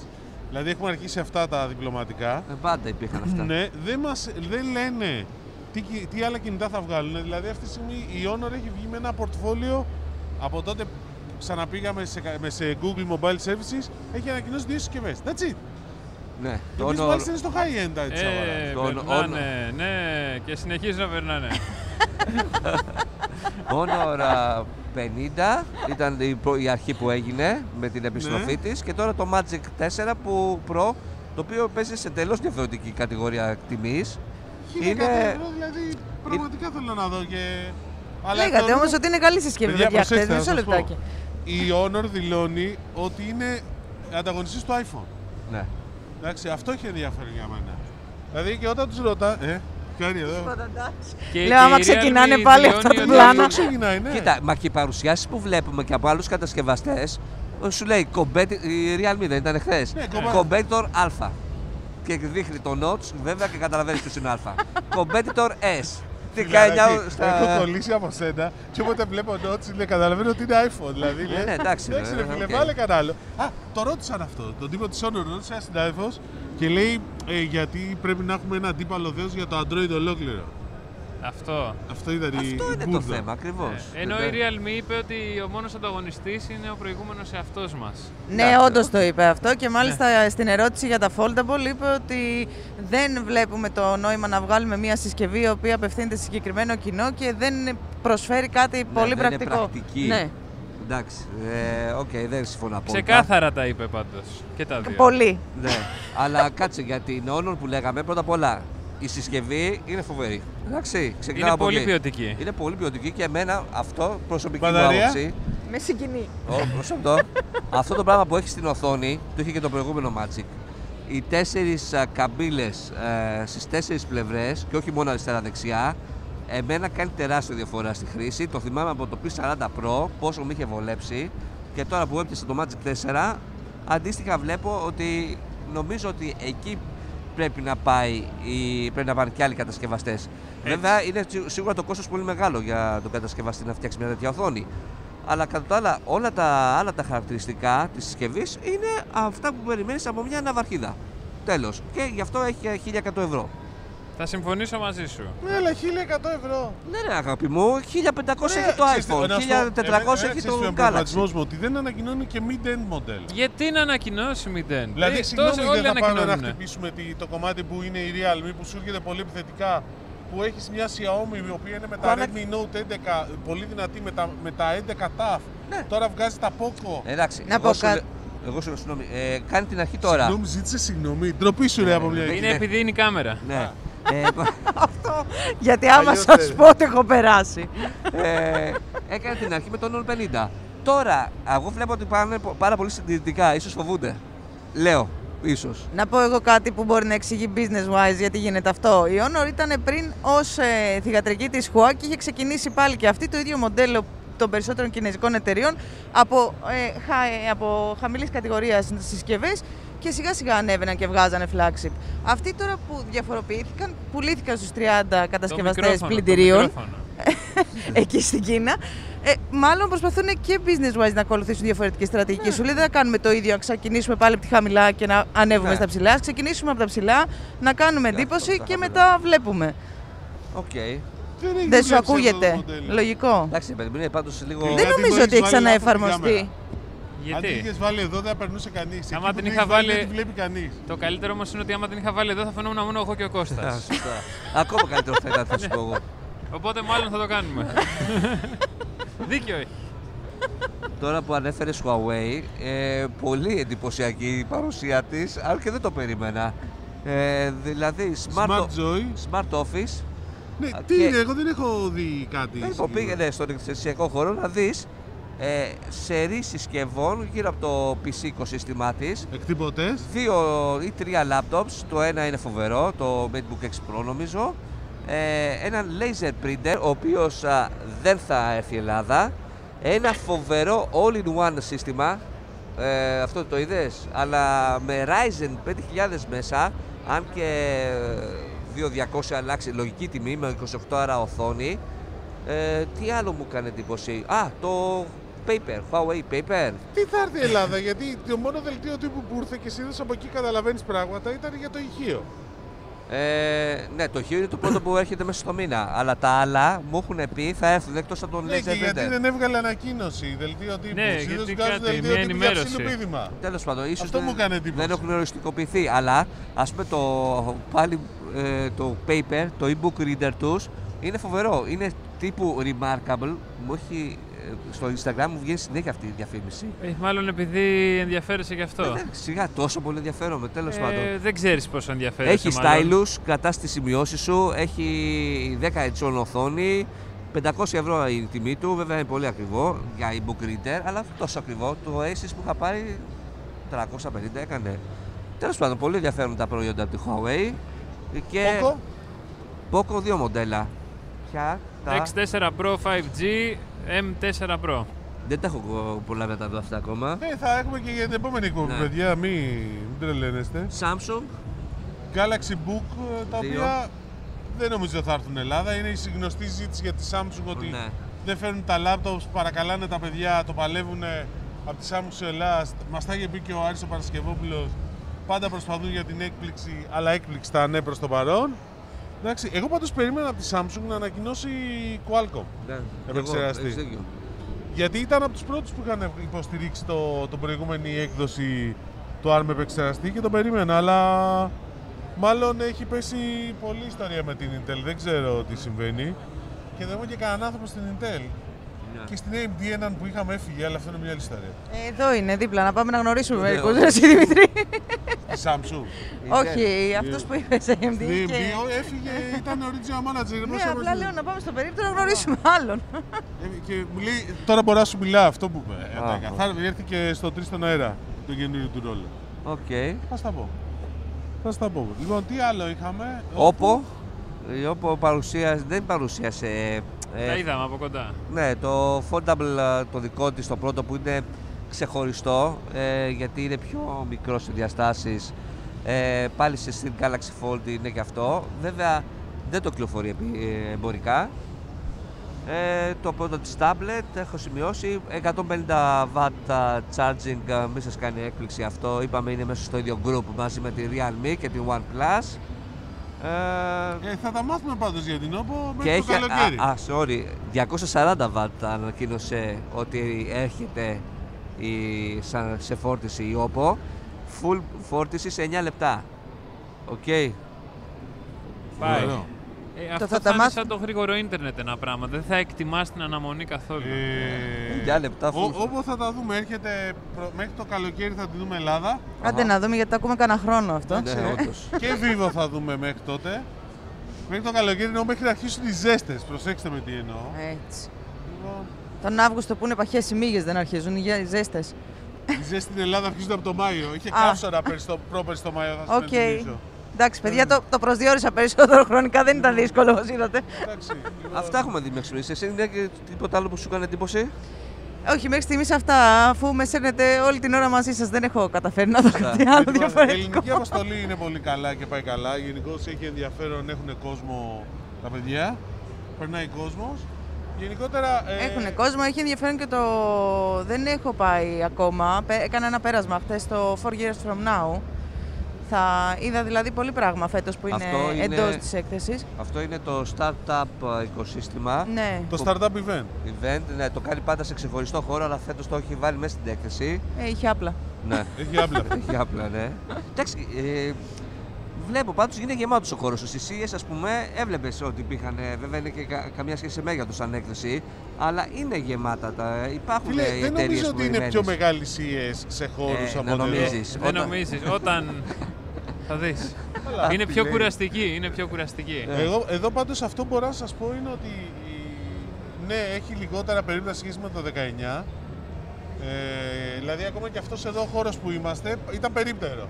Δηλαδή έχουμε αρχίσει αυτά τα διπλωματικά. Ε, πάντα υπήρχαν αυτά. Ναι, δεν, μας, δεν λένε τι, κι- τι άλλα κινητά θα βγάλουν. Δηλαδή αυτή τη στιγμή η Honor έχει βγει με ένα πορτφόλιο από τότε που ξαναπήγαμε σε, κα- με σε Google Mobile Services, έχει ανακοινώσει δύο συσκευές. That's it. Ναι, Το το οποίο Honor- μάλιστα είναι στο high end έτσι. Ε, Το όνο- περνάνε, ναι, και συνεχίζει να περνάνε. Honor α, 50 ήταν η, προ- η αρχή που έγινε με την Ναι. επιστροφή της και τώρα το Magic 4 που Pro το οποίο παίζει σε τελώς διαφορετική κατηγορία τιμής Είναι... Δηλαδή, πραγματικά θέλω να δω και... Αλλά Λέγατε το- όμως ότι είναι καλή συσκευή, Παιδιά, παιδιά. χτες, προσέξτε, να Μισό σας πω. λεπτάκι. Η Honor δηλώνει ότι είναι ανταγωνιστής του iPhone. Ναι. Εντάξει, αυτό έχει ενδιαφέρον για μένα. Δηλαδή και όταν τους ρωτά... Ε, κάνει εδώ. Και η Λέω, άμα Realme ξεκινάνε πάλι αυτά δηλώνει τα ότι- πλάνα. Αυτό ξεκινάει, ναι. Κοίτα, μα και οι παρουσιάσεις που βλέπουμε και από άλλους κατασκευαστές ε, σου λέει competi- η Realme δεν ήταν χθες. Ναι, κομμάτι. Competitor Α. Και δείχνει το Notch, βέβαια και καταλαβαίνεις ποιος είναι Α. Competitor S. Τι Δηλαδή, κάνει άλλο Έχω στα. κολλήσει από σένα και όποτε βλέπω το έτσι λέει, καταλαβαίνω ότι είναι iPhone. Δηλαδή, λες, ναι, εντάξει, Εντάξει, ρε, ρε φίλε, οκ. βάλε κανένα άλλο. Α, το ρώτησαν αυτό. Τον τύπο της Honor ρώτησε ένας συνάδελφος και λέει ε, γιατί πρέπει να έχουμε ένα αντίπαλο δέο για το Android ολόκληρο. Αυτό. Αυτό ήταν η. Αυτό η είναι το μπούρδα. θέμα, ακριβώς. Ναι. Ε, Ενώ η Δεν- Realme είπε ότι ο μόνος ανταγωνιστής είναι ο προηγούμενος εαυτός μας. Ναι, Εντάξει. όντως το είπε αυτό και Ναι. μάλιστα στην ερώτηση για τα foldable είπε ότι δεν βλέπουμε το νόημα να βγάλουμε μια συσκευή η οποία απευθύνεται σε συγκεκριμένο κοινό και δεν προσφέρει κάτι Ναι, πολύ δεν είναι πρακτικό. πρακτική. Ναι, Εντάξει. Ε, Οκ, δεν συμφωνώ απόλυτα. Ξεκάθαρα τα είπε πάντως. Και τα δύο. πολύ. Ναι. Αλλά κάτσε για την Honor που λέγαμε πρώτα απ' όλα. Η συσκευή είναι φοβερή. Εντάξει, ξεκινάω Είναι από πολύ εκεί. ποιοτική. Είναι πολύ ποιοτική και εμένα αυτό προσωπική μου Μπαταρία. άποψη. Με συγκινεί. Ω, προς αυτό, αυτό το πράγμα που έχει στην οθόνη, το είχε και το προηγούμενο Magic. Οι τέσσερις καμπύλες ε, στις τέσσερις πλευρές και όχι μόνο αριστερά-δεξιά, εμένα κάνει τεράστια διαφορά στη χρήση. Το θυμάμαι από το P40 Pro, πόσο μου είχε βολέψει. Και τώρα που έπιασε το Magic 4, αντίστοιχα βλέπω ότι νομίζω ότι εκεί πρέπει να, πάει, η- πρέπει να πάνε και άλλοι κατασκευαστές. Βέβαια, είναι σι- σίγουρα το κόστος πολύ μεγάλο για τον κατασκευαστή να φτιάξει μια τέτοια οθόνη. Αλλά κατά τα άλλα, όλα τα άλλα τα χαρακτηριστικά της συσκευής είναι αυτά που περιμένεις από μια ναυαρχίδα. Τέλος. Και γι' αυτό έχει 1100 ευρώ. Θα συμφωνήσω μαζί σου. Ναι, αλλά 1100 ευρώ. Ναι, Ναι, ρε, αγάπη μου, 1500 έχει το Ε, Ξέρεις τι, iPhone, να σου πω, 1400 εμένα, έχει ξέρεις τι το είναι ο Galaxy. προβληματισμός μου ότι δεν ανακοινώνει και mid-end model. Γιατί να ανακοινώσει μηδέν. Δηλαδή, Ε, συγγνώμη, τόσο δεν όλοι θα πάμε να ανακοινώνουν. χτυπήσουμε τη- το κομμάτι που είναι η Realme που σου έρχεται πολύ επιθετικά. Που έχεις μια Xiaomi η οποία είναι με τα Πάμε- Redmi Note 11 πολύ δυνατή, με τα, με τα 11 TAF. Ναι. Τώρα βγάζει τα Poco. Εντάξει, Να εγώ πω σου κάτι. λέ- εγώ σου λέω, συγγνώμη, ε, κάνει την αρχή τώρα. Συγγνώμη, ζήτησε συγγνώμη. Ντροπή σου λέει από μια Είναι επειδή είναι η κάμερα. Ναι. Ε, Αυτό. Γιατί άμα Αλλιώς σας δεν. πω, το έχω περάσει. ε, έκανε την αρχή με τον 50. Τώρα, εγώ βλέπω ότι πάνε πο- πάρα πολύ συντηρητικά, ίσως φοβούνται. Λέω, ίσως. Να πω εγώ κάτι που μπορεί να εξηγεί business wise γιατί γίνεται αυτό. Η Honor ήταν πριν ως ε, θηγατρική της Hua και είχε ξεκινήσει πάλι και αυτή το ίδιο μοντέλο των περισσότερων κινέζικων εταιριών από, ε, χα, ε, από χαμηλής κατηγορίας συσκευές και σιγά σιγά ανέβαιναν και βγάζανε flagship. Αυτοί τώρα που διαφοροποιήθηκαν, πουλήθηκαν στους 30 Το κατασκευαστές μικρόφωνο, το πλυντηρίων μικρόφωνο. εκεί στην Κίνα. Ε, μάλλον προσπαθούν και business wise να ακολουθήσουν διαφορετική στρατηγική. Ναι. Σου λέει δεν θα κάνουμε το ίδιο, να ξεκινήσουμε πάλι από τη χαμηλά και να ανέβουμε Ναι. στα ψηλά. Ας ξεκινήσουμε από τα ψηλά, να κάνουμε αυτό εντύπωση στα και χαμηλά. μετά βλέπουμε. Οκ. Δεν σου ακούγεται. Λογικό. Εντάξει, παιδί μου, είναι πάντως λίγο... Δεν Δεν Γιατί νομίζω το ότι έχεις έχεις βάλει λάθος τη ξαναεφαρμοστεί. κάμερα. Αν την είχε Γιατί. βάλει εδώ, δεν θα περνούσε κανείς. Άμα την είχα βάλει- Δεν τη βλέπει κανείς. Το καλύτερο όμως είναι ότι άμα την είχα βάλει εδώ θα φαινόμουν μόνο εγώ και ο Α, Κώστας. σωστά. Ακόμα καλύτερο θα ήταν, θα σου πω εγώ. Οπότε μάλλον θα το κάνουμε. Δίκιο έχει. Τώρα που ανέφερες Huawei, ε, πολύ εντυπωσιακή η παρουσία της, αν και δεν το περίμενα. Ε, δηλαδή, smart, Smart Joy. smart office. Ναι, Α, τι και- είναι, εγώ δεν έχω δει κάτι. Λοιπόν, συγκεκριμένο. πήγαινε στον εκθεσιακό χώρο να δεις ε, σερή συσκευών γύρω από το PC οικοσύστημά της. Εκτύπωτες. Δύο ή τρία laptops, το ένα είναι φοβερό, το MateBook X Pro νομίζω. Ε, ένα laser printer, ο οποίος α, δεν θα έρθει η Ελλάδα. Ένα φοβερό all-in-one σύστημα, ε, αυτό ε, το είδες, αλλά με Ryzen 5000 μέσα, αν και 2200 αλλάξει λογική τιμή με 28 άρα οθόνη. Ε, τι άλλο μου κάνει εντύπωση. Α, το paper, Huawei paper. Τι θα έρθει η Ελλάδα, γιατί το μόνο δελτίο τύπου που ήρθε και συνήθω από εκεί καταλαβαίνεις πράγματα ήταν για το ηχείο. Ε, ναι, το χείο είναι το πρώτο που έρχεται μέσα στο μήνα. Αλλά τα άλλα μου έχουν πει θα έρθουν εκτός από τον Ναι, και Laser γιατί Printer. δεν έβγαλε ανακοίνωση δελτίο τύπου. Ναι, Συνήθως γιατί βγάζουν κάτι, δελτίο μια τύπου για ενημέρωση. ψηλοπίδημα. Τέλος πάντων, ίσως Αυτό δεν, μου κάνει εντύπωση. δεν έχουν οριστικοποιηθεί. Αλλά ας πούμε το, πάλι ε, το paper, το e-book reader τους είναι φοβερό. Είναι τύπου remarkable. Μου έχει, ε, στο Instagram μου βγαίνει συνέχεια αυτή η διαφήμιση. Ε, μάλλον επειδή ενδιαφέρεσαι γι' αυτό. Ε, σιγά, τόσο πολύ ενδιαφέρομαι. Τέλος πάντων. Ε, δεν ξέρεις πόσο ενδιαφέρεσαι. Έχει μάλλον. stylus, κρατάς τις σημειώσεις σου, έχει 10 ετσών οθόνη. 500 ευρώ η τιμή του, βέβαια είναι πολύ ακριβό για e-book reader, αλλά τόσο ακριβό. Το Asus που είχα πάρει 350 έκανε. Τέλος πάντων, πολύ ενδιαφέρον τα προϊόντα από τη Huawei. Ε. Και Πόκο, Poco δύο μοντέλα. Ποια τα. X4 Pro 5G, M4 Pro. Δεν τα έχω πολλά να τα δω αυτά ακόμα. ναι, θα έχουμε και για την επόμενη εκπομπή, Ναι. παιδιά, μην μην τρελαίνεστε. Samsung, Galaxy Book, ε, τα Δύο. οποία δεν νομίζω θα έρθουν Ελλάδα. Είναι η συγνωστή ζήτηση για τη Samsung ότι Ναι. δεν φέρνουν τα laptops, παρακαλάνε τα παιδιά, το παλεύουν από τη Samsung σε Ελλάδα. Μας τα είχε πει και ο Άρης ο Παρασκευόπουλος. Πάντα προσπαθούν για την έκπληξη, αλλά έκπληξη τα ναι προς το παρόν. Εντάξει, εγώ πάντως περίμενα από τη Samsung να ανακοινώσει Qualcomm. ναι. Επεξεργαστή. έχεις δίκιο. Γιατί ήταν από τους πρώτους που είχαν υποστηρίξει το, το προηγούμενη έκδοση του ARM επεξεργαστή και τον περίμενα, αλλά μάλλον έχει πέσει πολλή ιστορία με την Intel, δεν ξέρω τι συμβαίνει. Και δεν έχω και κανέναν άνθρωπο στην Intel. Ναι. Και στην AMD έναν που είχαμε έφυγε, αλλά αυτό είναι μια άλλη ιστορία. Ε, Εδώ είναι, δίπλα, να πάμε να γνωρίσουμε Ναι, μερικούς. όχι. Εσύ Δημητρή. Τη Ε. Samsung. Όχι, αυτός που είπε, AMD. Στην και- AMD ο- έφυγε, ήταν original manager. Ναι, μας απλά έβαζε. λέω να πάμε στο περίπτωμα να γνωρίσουμε άλλον. Ε, Και μου λέει, τώρα μπορώ να σου μιλάω, αυτό που είπε. Ε, Α, εντάξει, α. Θα έρθει και στο 3 στον αέρα, το καινούριο του ρόλο. Οκ. Θα στα πω. Θα στα πω. Λοιπόν, τι άλλο είχαμε. Όπο, η Όπο παρουσίασε, δεν παρουσίασε. ε, ε, Τα είδαμε από κοντά. ναι, το foldable ε, το δικό της, το πρώτο που είναι ξεχωριστό, ε, γιατί είναι πιο μικρός σε διαστάσεις. Ε, πάλι σε στην Galaxy Fold είναι και αυτό. Βέβαια δεν το κυκλοφορεί επι- ε, εμπορικά. Ε, το πρώτο της tablet έχω σημειώσει 150 watt ε, charging, ε, μη σας κάνει έκπληξη αυτό, είπαμε είναι μέσα στο ίδιο group μαζί με τη Realme και την OnePlus. Ε, Ε, θα τα μάθουμε πάντως για την Όπο και μέχρι το έχει. καλοκαίρι. Α, α, sorry, 240 βατ ανακοίνωσε ότι έρχεται η, σαν, σε φόρτιση η OPPO. Full φόρτιση σε 9 λεπτά. Οκ. Πάει. Ωραίο. Ε, αυτό θα θα, τα είναι μάθ- σαν το γρήγορο ίντερνετ ένα πράγμα. Δεν θα εκτιμάς την αναμονή καθόλου. Ε, Εννιά λεπτά ο- full. Όπο θα τα δούμε. Έρχεται προ- μέχρι το καλοκαίρι θα τη δούμε Ελλάδα. Άντε να δούμε γιατί το ακούμε κανένα χρόνο αυτό. Ναι, όντως. και Vivo θα δούμε μέχρι τότε. Μέχρι το καλοκαίρι εννοώ μέχρι να αρχίσουν οι ζέστες. Προσέξτε με τι εννοώ. Ε. Έτσι. Λοιπόν, Τον Αύγουστο που είναι παχές οι μύγες δεν αρχίζουν, οι γε- οι ζέστες. οι ζέστες στην Ελλάδα αρχίζονται από το Μάιο. Είχε Α. καύσωνα πέρσι το- πρόπερσι το Μάιο. Θα σας Οκ. Εντάξει, Ε. παιδιά, το, το προσδιορίσα περισσότερο χρονικά, δεν ήταν δύσκολο όπως είδατε. λοιπόν. Αυτά έχουμε δει μέχρι στιγμής. Εσύ είναι και τίποτα άλλο που σου έκανε εντύπωση. Όχι, μέχρι στιγμής αυτά, αφού με σέρνετε όλη την ώρα μαζί σας, δεν έχω καταφέρει να δω κάτι άλλο Η διαφορετικό. Λοιπόν, ελληνική αποστολή είναι πολύ καλά και πάει καλά. Γενικώς έχει ενδιαφέρον, έχουν κόσμο τα παιδιά. Περνάει κόσμος. Γενικότερα. ε, Έχουν κόσμο, έχει ενδιαφέρον και το. Δεν έχω πάει ακόμα. Πε- Έκανα ένα πέρασμα χθες στο 4 Years From Now. Θα είδα δηλαδή πολύ πράγμα φέτος που είναι, Αυτό είναι- εντός της έκθεσης. Αυτό είναι το startup ε, οικοσύστημα. Ναι. Το startup event. Event, ναι, το κάνει πάντα σε ξεχωριστό χώρο, αλλά φέτος το έχει βάλει μέσα στην έκθεση. Ε, είχε απλά. ναι. Έχει άμπλα. Έχει απλά, ναι. Εντάξει, ε, βλέπω πάντως είναι γεμάτος ο χώρος. Στις ΙΕΣ, ας πούμε, έβλεπες ότι υπήρχαν, ε, βέβαια είναι και κα- καμιά σχέση σε μέγεθος σαν έκθεση, αλλά είναι γεμάτα τα, υπάρχουν Φίλε, ε, οι δεν εταιρείες νομίζω που ότι είναι περιμένεις. πιο μεγάλη CS σε χώρους Ε, από να ότι εδώ. νομίζεις. Δεν Όταν- νομίζεις. Όταν... θα δεις. Καλά, είναι τι πιο λέει. κουραστική. Είναι πιο κουραστική. Ναι. Εγώ, εδώ πάντως αυτό μπορώ να σας πω είναι ότι η- ναι, έχει λιγότερα περίπτωση σχέση με το 19. Ε, δηλαδή ακόμα και αυτός εδώ ο χώρος που είμαστε ήταν περίπτερο.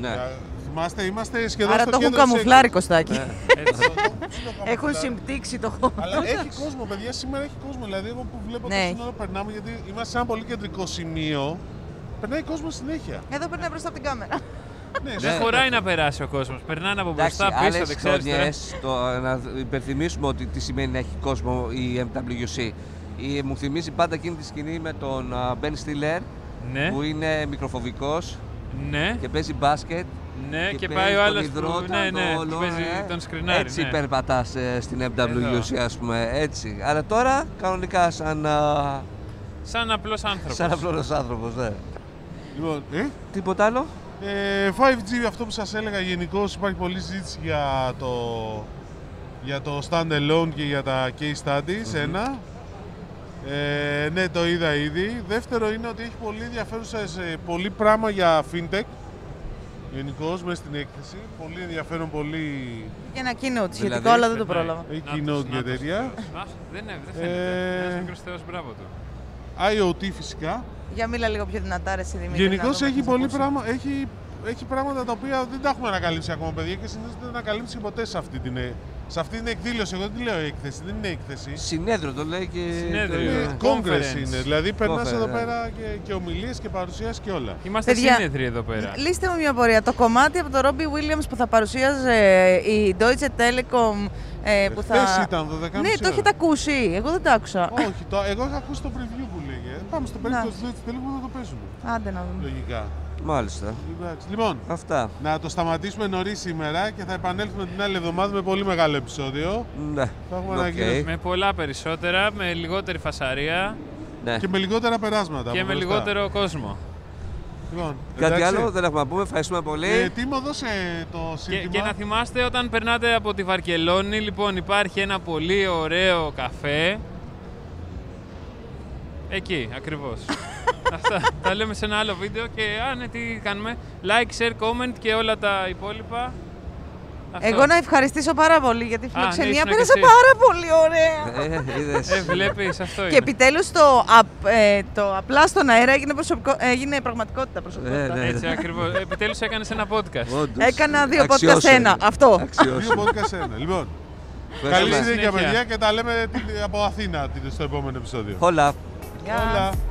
Ναι. Ε, Θυμάστε, είμαστε σχεδόν Άρα στο το έχουν κέντρο της καμουφλάρει, έκθεσης. Ναι. Κωστάκη. Έτσι. Το έχουν Έχουν καμουφλάρει. συμπτύξει το χώρο. Αλλά έχει κόσμο, παιδιά. Σήμερα έχει κόσμο. Δηλαδή, εγώ που βλέπω Ναι. τόση ώρα περνάμε, γιατί είμαστε σε ένα πολύ κεντρικό σημείο, περνάει κόσμο συνέχεια. Εδώ περνάει μπροστά από την κάμερα. Ναι, Δεν σωστά. χωράει να περάσει ο κόσμος. Περνάνε από μπροστά, πίσω, ναι. άλλες δεξιά, αριστερά. χρονιές, το, να υπενθυμίσουμε ότι τι σημαίνει να έχει κόσμο η MWC. Η, ε, μου θυμίζει πάντα εκείνη τη σκηνή με τον α, Ben Stiller Ναι, που είναι μικροφοβικός ναι, και παίζει μπάσκετ ναι. Και, παίζει πάει ο τον άλλος που. υδρότα, Ναι, ναι, το όλο, παίζει, ε. τον σκρινάρι. Έτσι ναι. περπατάς ε, στην MWC, ας πούμε. Έτσι. Αλλά τώρα κανονικά σαν, α, Σαν απλός άνθρωπος. σαν απλός άνθρωπος, ναι. Λοιπόν, ε? Τίποτα άλλο. Ε, 5G, αυτό που σας έλεγα γενικώ υπάρχει πολλή συζήτηση για το, για το stand alone και για τα case studies, ένα. Ε, ναι, το είδα ήδη. Δεύτερο είναι ότι έχει πολύ ενδιαφέρουσα σε πολύ πράγμα για fintech. Γενικώ μέσα στην έκθεση. Πολύ ενδιαφέρον, πολύ Και ένα keynote σχετικό, Δηλαδή, αλλά δεν το Περνάει. πρόλαβα. ε, Να τους, keynote να και τους, τέτοια. να τους. Ας, Δεν είναι, δεν Ε, φαίνεται. Ένας μικρός θεός, μπράβο του. IoT φυσικά. Για μίλα λίγο πιο δυνατά, ρε εσύ, Δημήτρη. Γενικώ να δούμε έχει, τι θα πολύ ακούσουμε. πράγμα, έχει, έχει πράγματα τα οποία δεν τα έχουμε ανακαλύψει ακόμα, παιδιά, και συνήθως δεν τα ανακαλύψει ποτέ σε αυτή την, ε- σε αυτή την εκδήλωση. Εγώ δεν τη λέω έκθεση, δεν είναι έκθεση. Συνέδριο το λέει και... Συνέδριο. το- Ε, Είναι κόγκρες conference. είναι. Δηλαδή περνάς Conference, εδώ ναι. πέρα και, και ομιλίες και παρουσιάσεις και όλα. Είμαστε Παιδιά, σύνεδροι εδώ πέρα. Λύστε μου μια πορεία. Το κομμάτι από το Ρόμπι Williams που θα παρουσίαζε ε, η Deutsche Telekom ε, που θα. Χθες ήταν 12.30 Ναι, το ώρα. έχετε ακούσει. Εγώ δεν το άκουσα. Όχι, το, εγώ είχα ακούσει το preview που λέγε. Ε, Πάμε στο περίπτωση του Deutsche Telekom να το παίζουμε. Άντε να δούμε. Λογικά. Μάλιστα. Εντάξει. Λοιπόν, Αυτά. να το σταματήσουμε νωρίς σήμερα και θα επανέλθουμε την άλλη εβδομάδα με πολύ μεγάλο επεισόδιο. Ναι. Θα έχουμε Οκ. ανακοίνωση. Με πολλά περισσότερα, με λιγότερη φασαρία Ναι. Και με λιγότερα περάσματα. και από με μπροστά. λιγότερο κόσμο. Λοιπόν, Κάτι εντάξει. άλλο δεν έχουμε να πούμε. Ευχαριστούμε πολύ. Ε, Τίμω, δώσε το Και, σύνθημα. και να θυμάστε όταν περνάτε από τη Βαρκελόνη, λοιπόν υπάρχει ένα πολύ ωραίο καφέ. Εκεί, ακριβώς. Αυτά τα λέμε σε ένα άλλο βίντεο και α, ναι, τι κάνουμε. Like, share, comment και όλα τα υπόλοιπα. Αυτό. Εγώ να ευχαριστήσω πάρα πολύ γιατί η ναι, φιλοξενία ήσουν και πέρασε εσύ. πάρα πολύ ωραία. Ε, είδες. Ε, βλέπεις, αυτό είναι. Και επιτέλους το, απ- ε, το απλά στον αέρα έγινε, προσωπικό, έγινε πραγματικότητα Ε, προσωπικότητα. ναι. Έτσι ακριβώς. Επιτέλους έκανες ένα podcast. Όντως. Έκανα δύο podcast Αξιώσαμε. ένα. Αυτό. Δύο Αξιώσαμε. podcast σε ένα. Λοιπόν, καλή Ευχαριστούμε. συνέχεια, Συνέχεια. παιδιά, και τα λέμε την- από Αθήνα την- στο επόμενο επεισόδιο. Hola. Γεια. Όλα.